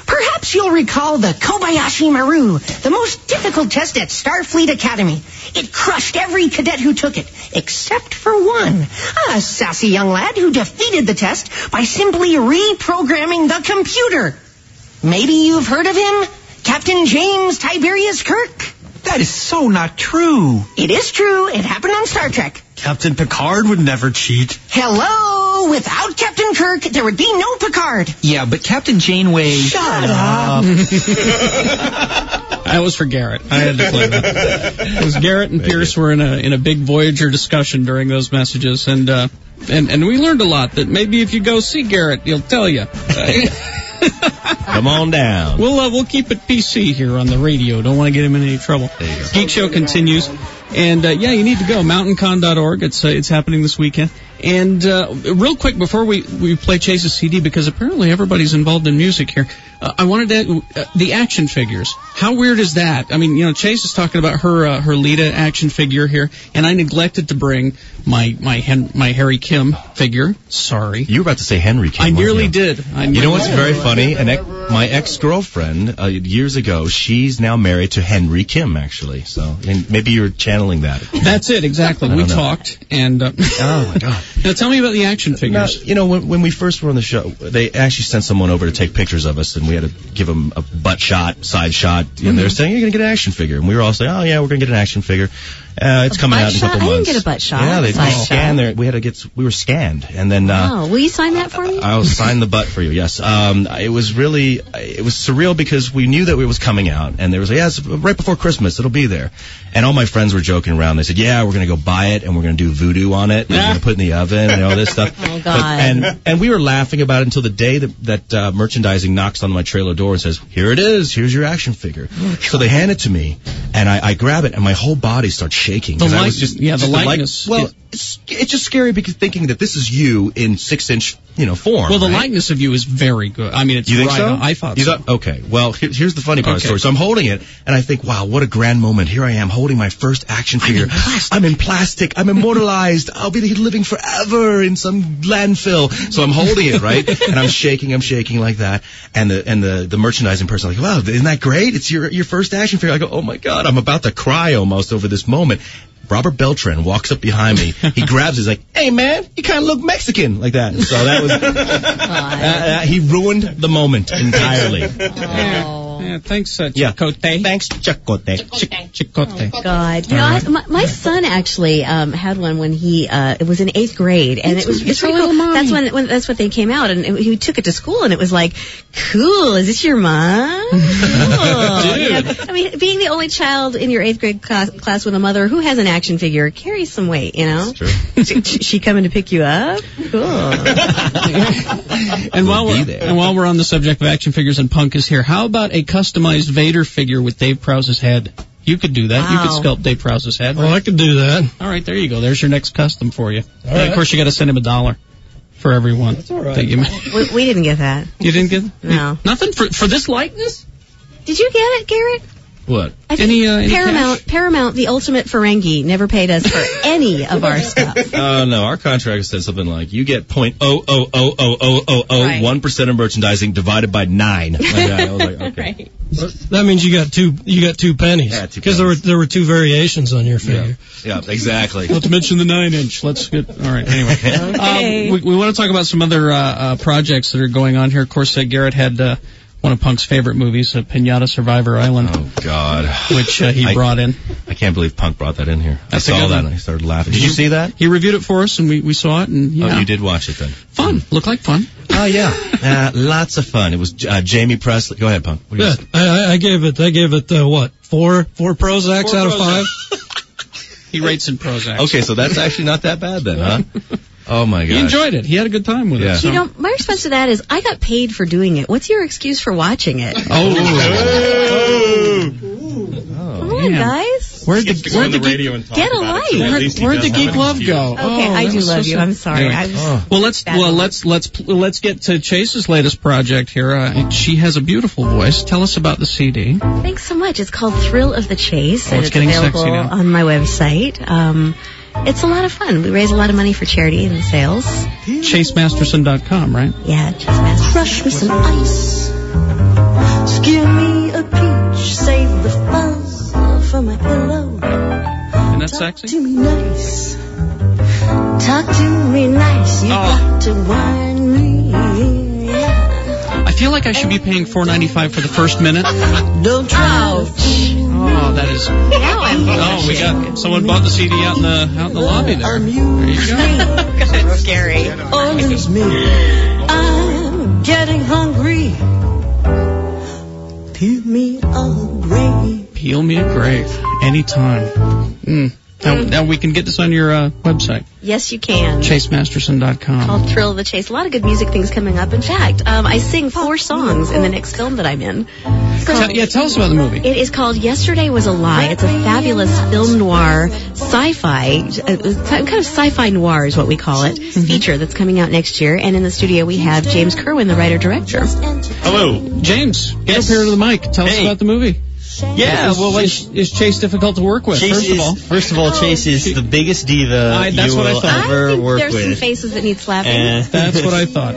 S11: Perhaps you'll recall the Kobayashi Maru, the most difficult test at Starfleet Academy. It crushed every cadet who took it, except for one. A sassy young lad who defeated the test by simply reprogramming the computer. Maybe you've heard of him? Captain James Tiberius Kirk?
S24: That is so not true.
S11: It is true. It happened on Star Trek.
S24: Captain Picard would never cheat.
S11: Hello! Without Captain Kirk, there would be no Picard.
S24: Yeah, but Captain Janeway.
S11: Shut
S4: Ah.
S11: up.
S1: That was for Garrett. I had to play that. It was Garrett and Pierce were in a in a big Voyager discussion during those messages, and uh, and and we learned a lot that maybe if you go see Garrett, he'll tell you.
S14: Come on down.
S1: We'll uh, we'll keep it PC here on the radio. Don't want to get him in any trouble. Geek Show continues, and uh, yeah, you need to go mountaincon.org. It's uh, it's happening this weekend. And uh, real quick before we we play Chase's CD because apparently everybody's involved in music here. Uh, I wanted to uh, the action figures. How weird is that? I mean, you know, Chase is talking about her uh, her Lita action figure here, and I neglected to bring my my Hen- my Harry Kim figure. Sorry.
S14: You were about to say Henry Kim.
S1: I
S14: weren't
S1: nearly
S14: you?
S1: did. I
S14: You know what's
S1: nearly-
S14: very funny? An ex- my ex girlfriend uh, years ago, she's now married to Henry Kim, actually. So and maybe you're channeling that.
S1: That's it, exactly.
S14: I
S1: We
S14: don't know.
S1: talked, and uh,
S14: oh my god!
S1: Now tell me about the action
S14: Now,
S1: figures.
S14: you know, when, when we first were on the show, they actually sent someone over to take pictures of us, and we had to give them a butt shot, side shot. And
S10: Mm-hmm.
S14: they were saying, "You're gonna get an action figure," and we were all saying, "Oh yeah, we're gonna get an action figure. Uh, it's coming
S10: butt
S14: out in a
S10: shot? I
S14: couple
S10: didn't
S14: months."
S10: get a butt shot,
S14: Yeah, they
S10: side shot.
S14: scanned there. We had to get. s- We were scanned, and then. Uh,
S10: oh, will you sign that for me?
S14: I'll sign the butt for you. Yes. Um, it was really, it was surreal because we knew that it was coming out, and there was like, yes, right before Christmas, it'll be there. And all my friends were joking around. They said, yeah, we're gonna go buy it, and we're gonna do voodoo on it, and we're gonna put it in the oven, and all this stuff.
S10: Oh, God.
S14: But- and and we were laughing about it until the day that that uh, merchandising knocks on my trailer door and says, "Here it is. Here's your action figure."
S1: Oh,
S14: so they hand it to me, and I, I grab it, and my whole body starts shaking.
S1: The
S14: 'cause I
S1: light-
S14: was just
S1: yeah, the
S14: just light-
S1: likeness
S14: well, it's, it's just scary because thinking that this is you in six inch you know form.
S1: well, the
S14: right?
S1: likeness of you is very good. I mean, it's
S14: You think
S1: right
S14: so?
S1: on- I thought
S14: You
S1: so.
S14: thought- okay. Well, here- here's the funny part of
S1: Okay.
S14: the story. So I'm holding it, and I think, wow, what a grand moment. Here I am holding my first action figure. I'm in plastic. I'm, immortalized. I'll be living forever in some landfill. So I'm holding it, right? and I'm shaking, I'm shaking like that. And the and the, the merchandising person like, wow, isn't that great? It's your your first action figure. I go, oh my god, I'm about to cry almost over this moment. Robert Beltran walks up behind me. He grabs. it, He's like, "Hey man, you kind of look Mexican," like that. So that was uh, uh, he ruined the moment entirely.
S25: Yeah, thanks, uh, Chicote. Thanks, Chicote. Chicote. Chicote.
S10: God, you know, I, my, my son actually um, had one when he uh, it was in eighth grade, and
S26: It's-
S10: it was
S26: it's
S10: it's
S26: a
S10: pretty
S26: little
S10: cool.
S26: mommy.
S10: That's when, when that's what they came out, and it, he took it to school, and it was like, cool. Is this your mom? Cool. You know, I mean, being the only child in your eighth grade class, class with a mother who has an action figure carries some weight, you know. She, she coming to pick you up? Cool.
S1: And while we're and while we're on the subject of action figures and Punk is here, how about a customized Vader figure with Dave Prowse's head? You could do that. You
S10: Wow.
S1: could sculpt Dave Prowse's head.
S27: Well, I could do that.
S1: All right, there you go. There's your next custom for you.
S27: All
S1: And
S27: right.
S1: Of course, you got to send him a dollar for everyone That's all
S10: right.
S1: that you make.
S10: we, we didn't get that.
S1: You didn't get
S10: No.
S1: nothing for for this likeness.
S10: Did you get it, Garrett?
S14: What?
S10: I think
S1: Any, uh, any
S10: Paramount, Paramount, the ultimate Ferengi, never paid us for any of our stuff.
S14: Oh no, our contract said something like you get point oh oh oh oh oh oh oh one percent of merchandising divided by nine. Like that. I was like, okay.
S27: That means you got two. You got two pennies.
S14: Yeah, two
S27: Because there were there were two variations on your figure.
S14: Yeah, exactly.
S1: Not to mention the nine inch. Let's get all right. Anyway,
S27: Okay.
S1: um, we, we want to talk about some other uh, uh, projects that are going on here. Of course, uh, Garrett had uh, one of Punk's favorite movies, uh, Pinata Survivor Island.
S14: Oh God.
S1: Which uh, he
S14: I-
S1: brought in.
S14: I can't believe Punk brought that in here.
S1: That's a
S14: I saw
S1: good
S14: that
S1: one.
S14: and I started laughing. Did you see that?
S1: He reviewed it for us, and we, we saw it, and yeah,
S14: Oh, you did watch it then.
S1: fun. Looked like fun.
S14: Oh yeah, uh, lots of fun. It was uh, Jamie Presley. Go ahead, Punk. What do you
S27: Yeah,
S14: say?
S27: I, I- I gave it. I gave it uh, what four four Prozacs out of five.
S1: He rates in Prozac.
S14: Okay, so that's actually not that bad then, huh? Oh my god.
S1: He enjoyed it. He had a good time with
S14: Yeah.
S1: it. so-
S10: You know, my response to that is, I got paid for doing it. What's your excuse for watching it?
S14: Oh.
S1: Oh.
S10: Come on, guys.
S1: Where'd the, where'd the, geek-
S10: Get a life.
S1: Where'd, where'd the geek love go? Oh,
S10: Okay, I do love you. I'm sorry. I was-
S1: well, let's well let's let's pl- let's get to Chase's latest project here. Uh, and she has a beautiful voice. Tell us about the CD.
S10: Thanks so much. It's called Thrill of the Chase,
S1: Oh,
S10: and
S1: it's
S10: it's
S1: getting
S10: available
S1: sexy now.
S10: on my website. Um, it's a lot of fun. We raise a lot of money for charity and sales.
S1: ChaseMasterson.com, right?
S10: Yeah, Chase Masterson. Crush me some ice.
S11: Skew me a peach, save the fuzz for my pillow.
S1: And that's sexy.
S11: Talk to me nice. Talk to me nice.
S15: Oh.
S11: You got to wind me
S1: I
S11: in.
S1: feel like I should be paying $4.95 for the first minute.
S11: Don't try. to-
S1: Oh, that is. Oh, we got someone bought the CD out in the out in the lobby there. There you go.
S11: That's scary. Always me. I'm getting hungry. Peel me a grape.
S1: Peel me a grave anytime. Mm. Now, now we can get this on your uh, website,
S10: Yes, you can.
S1: ChaseMasterson.com.
S10: called Thrill of the Chase. A lot of good music things coming up. In fact, um, I sing four songs in the next film that I'm in.
S1: Tell- yeah, tell us about the movie.
S10: It is called Yesterday Was a Lie. It's a fabulous film noir, sci-fi, uh, kind of sci-fi noir is what we call it, feature that's coming out next year. And in the studio we have James Kerwin, the writer-director.
S1: Hello, James. Get up here to the mic. Tell us about the movie.
S8: Yeah,
S1: Is-
S8: well, like-
S1: is, is Chase difficult to work with?
S8: Chase
S1: first
S8: is,
S1: of all,
S8: first of all, Chase is the biggest diva
S1: I- that's
S8: Uh, you
S1: what I
S8: will
S1: thought.
S8: ever work
S10: There's some
S8: with.
S10: faces that need slapping.
S8: Eh.
S1: That's what I thought.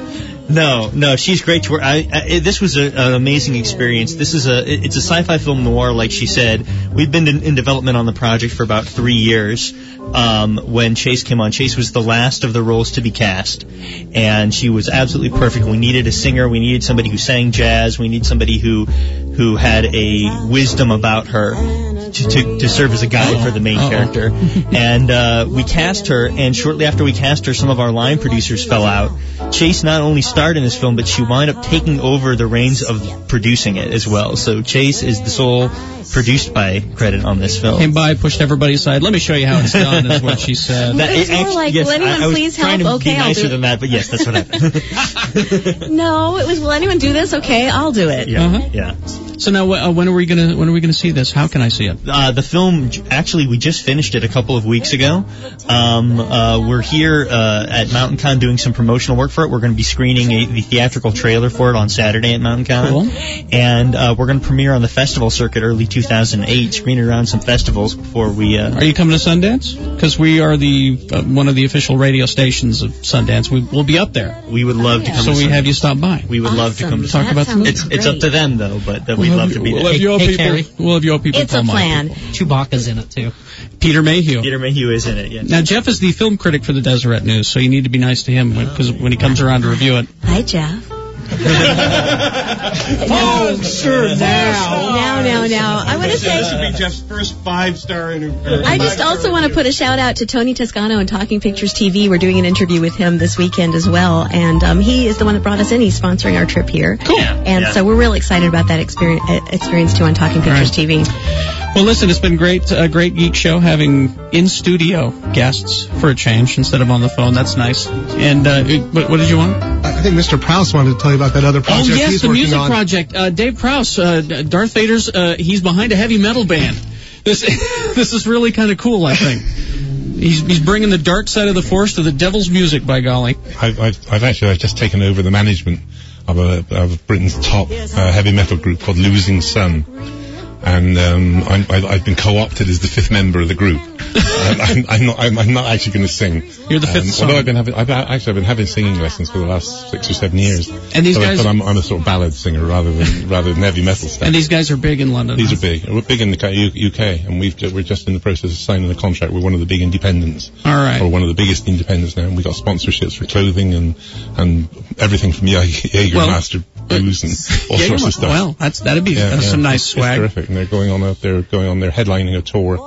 S8: No, no, she's great to work. I, I, it- this was a, an amazing experience. This is a, it- it's a sci-fi film noir, like she said. We've been in, in development on the project for about three years. Um, when Chase came on, Chase was the last of the roles to be cast, and she was absolutely perfect. We needed a singer, we needed somebody who sang jazz, we need somebody who, who had a wisdom about her to, to, to serve as a guide for the main character. and uh, we cast her, and shortly after we cast her, some of our line producers fell out. Chase not only starred in this film, but she wound up taking over the reins of producing it as well. So Chase is the sole produced by credit on this film.
S1: came by, pushed everybody aside. Let me show you how it's done. is what she said.
S8: That-
S10: It's more
S8: actually-
S10: like,
S8: yes,
S10: "Will
S8: I-
S10: anyone
S8: I was
S10: please
S8: trying
S10: help?
S8: to
S10: Okay,
S8: be
S10: I'll
S8: nicer
S10: do it."
S8: than that, but yes, that's what happened.
S10: No, it was. Will anyone do this? Okay, I'll do it.
S8: yeah, Uh-huh. yeah.
S1: So now, wh- uh, when are we gonna when are we gonna see this? How can I see it?
S8: Uh, the film, j- actually, we just finished it a couple of weeks ago. Um, uh, we're here uh, at Mountain Con doing some promotional work for it. We're going to be screening a, the theatrical trailer for it on Saturday at Mountain Con.
S1: Cool.
S8: And uh, we're going to premiere on the festival circuit early 2008, screen it around some festivals before we. Uh,
S1: Are you coming to Sundance? Because we are the uh, one of the official radio stations of Sundance. We will be up there.
S8: we would love to come
S1: So
S8: to
S1: we
S8: Sundance.
S1: have you stop by.
S8: We would love to come to
S1: Talk
S8: Sundance.
S1: about the-
S8: it's, it's up to them, though, but that
S1: We'll
S8: we'd
S1: have
S8: love
S1: you-
S8: to be there.
S1: we'll have your people. We'll have your people.
S10: It's a
S1: call my
S10: plan.
S1: people. Chewbacca's in it too. Peter Mayhew.
S8: Peter Mayhew is in it, yeah.
S1: Now Jeff is the film critic for the Deseret News, so you need to be nice to him because when he comes around to review it.
S10: Hi, Jeff.
S9: Sure,
S10: Now, now, now. I want to
S9: This
S10: say.
S9: would be Jeff's first five star interview.
S10: I just also want to put a shout out to Tony Toscano and Talking Pictures TV. We're doing an interview with him this weekend as well, and um, he is the one that brought us in. He's sponsoring our trip here, cool. and
S1: Yeah.
S10: so we're really excited about that experience, experience too on Talking Pictures TV.
S1: Well, listen, it's been great, a great geek show having in studio guests for a change instead of on the phone. That's nice. And uh, it- what, what did you want?
S6: I think Mr. Prouse wanted to tell you about that other project
S1: oh yes,
S6: Oh, he's
S1: the
S6: working
S1: music
S6: on.
S1: project. Uh, Dave Prouse, uh, D- Darth Vader's. Uh, he's behind a heavy metal band. This this is really kind of cool. I think he's he's bringing the dark side of the force to the devil's music. By golly.
S15: I've, I've, I've actually I've just taken over the management of a of Britain's top uh, heavy metal group called Losing Sun, and um, I'm, I've, I've been co-opted as the fifth member of the group. um, I'm, I'm not I'm, I'm not actually going to sing. Um,
S1: You're the fifth
S15: Although
S1: song.
S15: I've been having I've, actually I've been having singing lessons for the last six or seven years.
S1: And these
S15: so Oh, I
S1: guys-
S15: thought I'm, I'm a sort of ballad singer rather than rather than heavy metal stuff.
S1: And these guys are big in London.
S15: These are big. We're big in the U- UK, and we've ju- we're just in the process of signing the contract. We're one of the big independents,
S1: All right.
S15: or one of the biggest independents now. And we got sponsorships for clothing and and everything from Jaeger
S1: Well,
S15: Master booze and all sorts
S1: Jägermeister-
S15: of stuff.
S1: well, that's- that'd be- that's some nice
S15: it's,
S1: swag.
S15: It's terrific. And they're going on out there, going on. They're headlining a tour,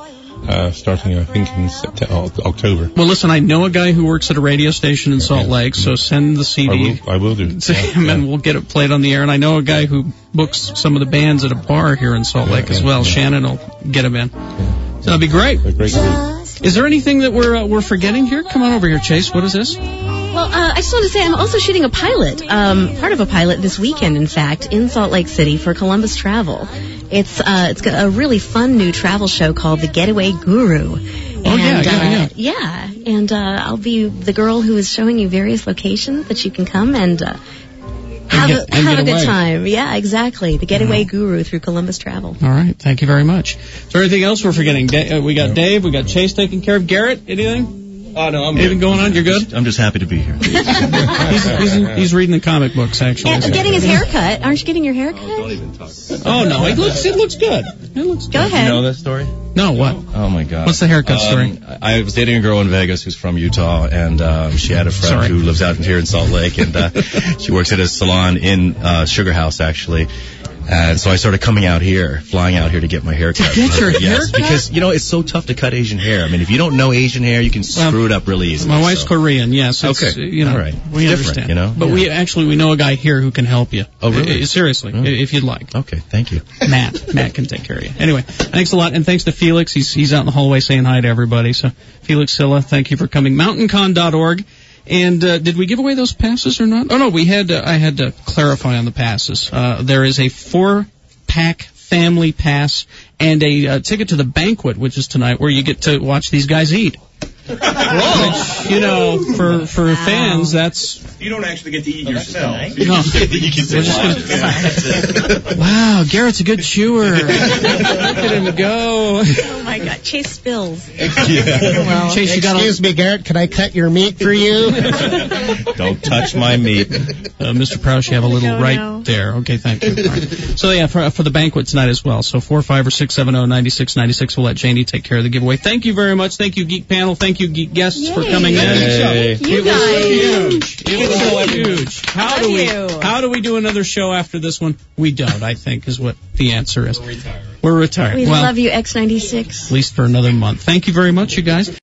S15: uh, starting I think in September, October.
S1: Well, listen, I know a guy who works at a radio station in Salt Lake, so send the CD
S15: Mm-hmm. I will do.
S1: to him and we'll get it played on the air. And I know a guy who books some of the bands at a bar here in Salt Lake as well. Shannon will get him in. So that'd be great.
S15: great
S1: Is there anything that we're uh, we're forgetting here? Come on over here, Chase. What is this? Oh,
S10: Well, uh, I just want to say I'm also shooting a pilot, um, part of a pilot this weekend, in fact, in Salt Lake City for Columbus Travel. It's uh, it's got a really fun new travel show called The Getaway
S28: Oh,
S10: Guru.
S28: yeah,
S10: and,
S28: yeah,
S10: uh, yeah, and uh, I'll be the girl who is showing you various locations that you can come and uh, have
S1: get-
S10: a,
S1: and
S10: have
S1: get
S10: a good
S1: away. Mm-hmm.
S10: time. Yeah, exactly. The Getaway Guru through Columbus Travel.
S1: All right. Thank you very much. Is there anything else we're forgetting? Da- uh, we got Dave. We got Chase taking care of Garrett. Anything? Oh no, I'm anything going on? You're good.
S29: I'm just happy to be here.
S1: he's, he's, he's reading the comic books actually.
S10: And getting his haircut. Aren't you getting your haircut?
S1: Oh no, it looks it looks good. It looks
S10: Go
S1: good.
S10: ahead.
S14: know that story?
S1: No, what?
S14: Oh my God! Um,
S1: What's the haircut story?
S14: I I was dating a girl in Vegas who's from Utah, and um, she had a friend
S1: Sorry.
S14: who lives out here in Salt Lake, and uh, she works at a salon in uh, Sugar House, actually. And so I started coming out here, flying out here to get my hair cut.
S1: get your
S14: yes,
S1: haircut?
S14: because you know it's so tough to cut Asian hair. I mean, if you don't know Asian hair, you can screw it up really easily.
S1: My wife's
S14: so.
S1: Korean, yes. It's,
S14: Okay.
S1: You know,
S14: All right.
S1: We
S14: Different,
S1: understand.
S14: you know?
S1: But we actually we know a guy here who can help you.
S14: Oh, really?
S1: Uh, Seriously, i- if you'd like.
S14: Okay, thank you.
S1: Matt. Matt can take care of you. Anyway, thanks a lot, and thanks to Felix. He's he's out in the hallway saying hi to everybody. So Felix Silla, thank you for coming. MountainCon.org. And uh, did we give away those passes or not? Oh no, we had. Uh, I had to clarify on the passes. Uh, there is a four pack family pass and a uh, ticket to the banquet, which is tonight, where you get to watch these guys eat. Which, you know, for for fans, that's
S9: You don't actually get to eat yourself.
S1: No. We're just wow. Garrett's a good chewer. Look at him go.
S10: Oh my God, Chase spills.
S1: Well, Chase, you got
S9: Excuse me, Garrett. Can I cut your meat for you?
S14: Don't touch my meat.
S1: Uh, Mr. Prouse, you have a little right there. Okay, thank you. All right. So yeah, for, for the banquet tonight as well. So four, five, or six, seven, oh, ninety-six, ninety-six. We'll let Janie take care of the giveaway. Thank you very much. Thank you, geek panel. Thank you, geek guests, for coming in.
S14: Yay.
S1: It was huge. It was so huge. How do we? How do we do another show after this one? We don't. I think is what the answer is. We're retired.
S10: We
S1: well,
S10: love you, X96.
S1: at least for another month. Thank you very much, you guys.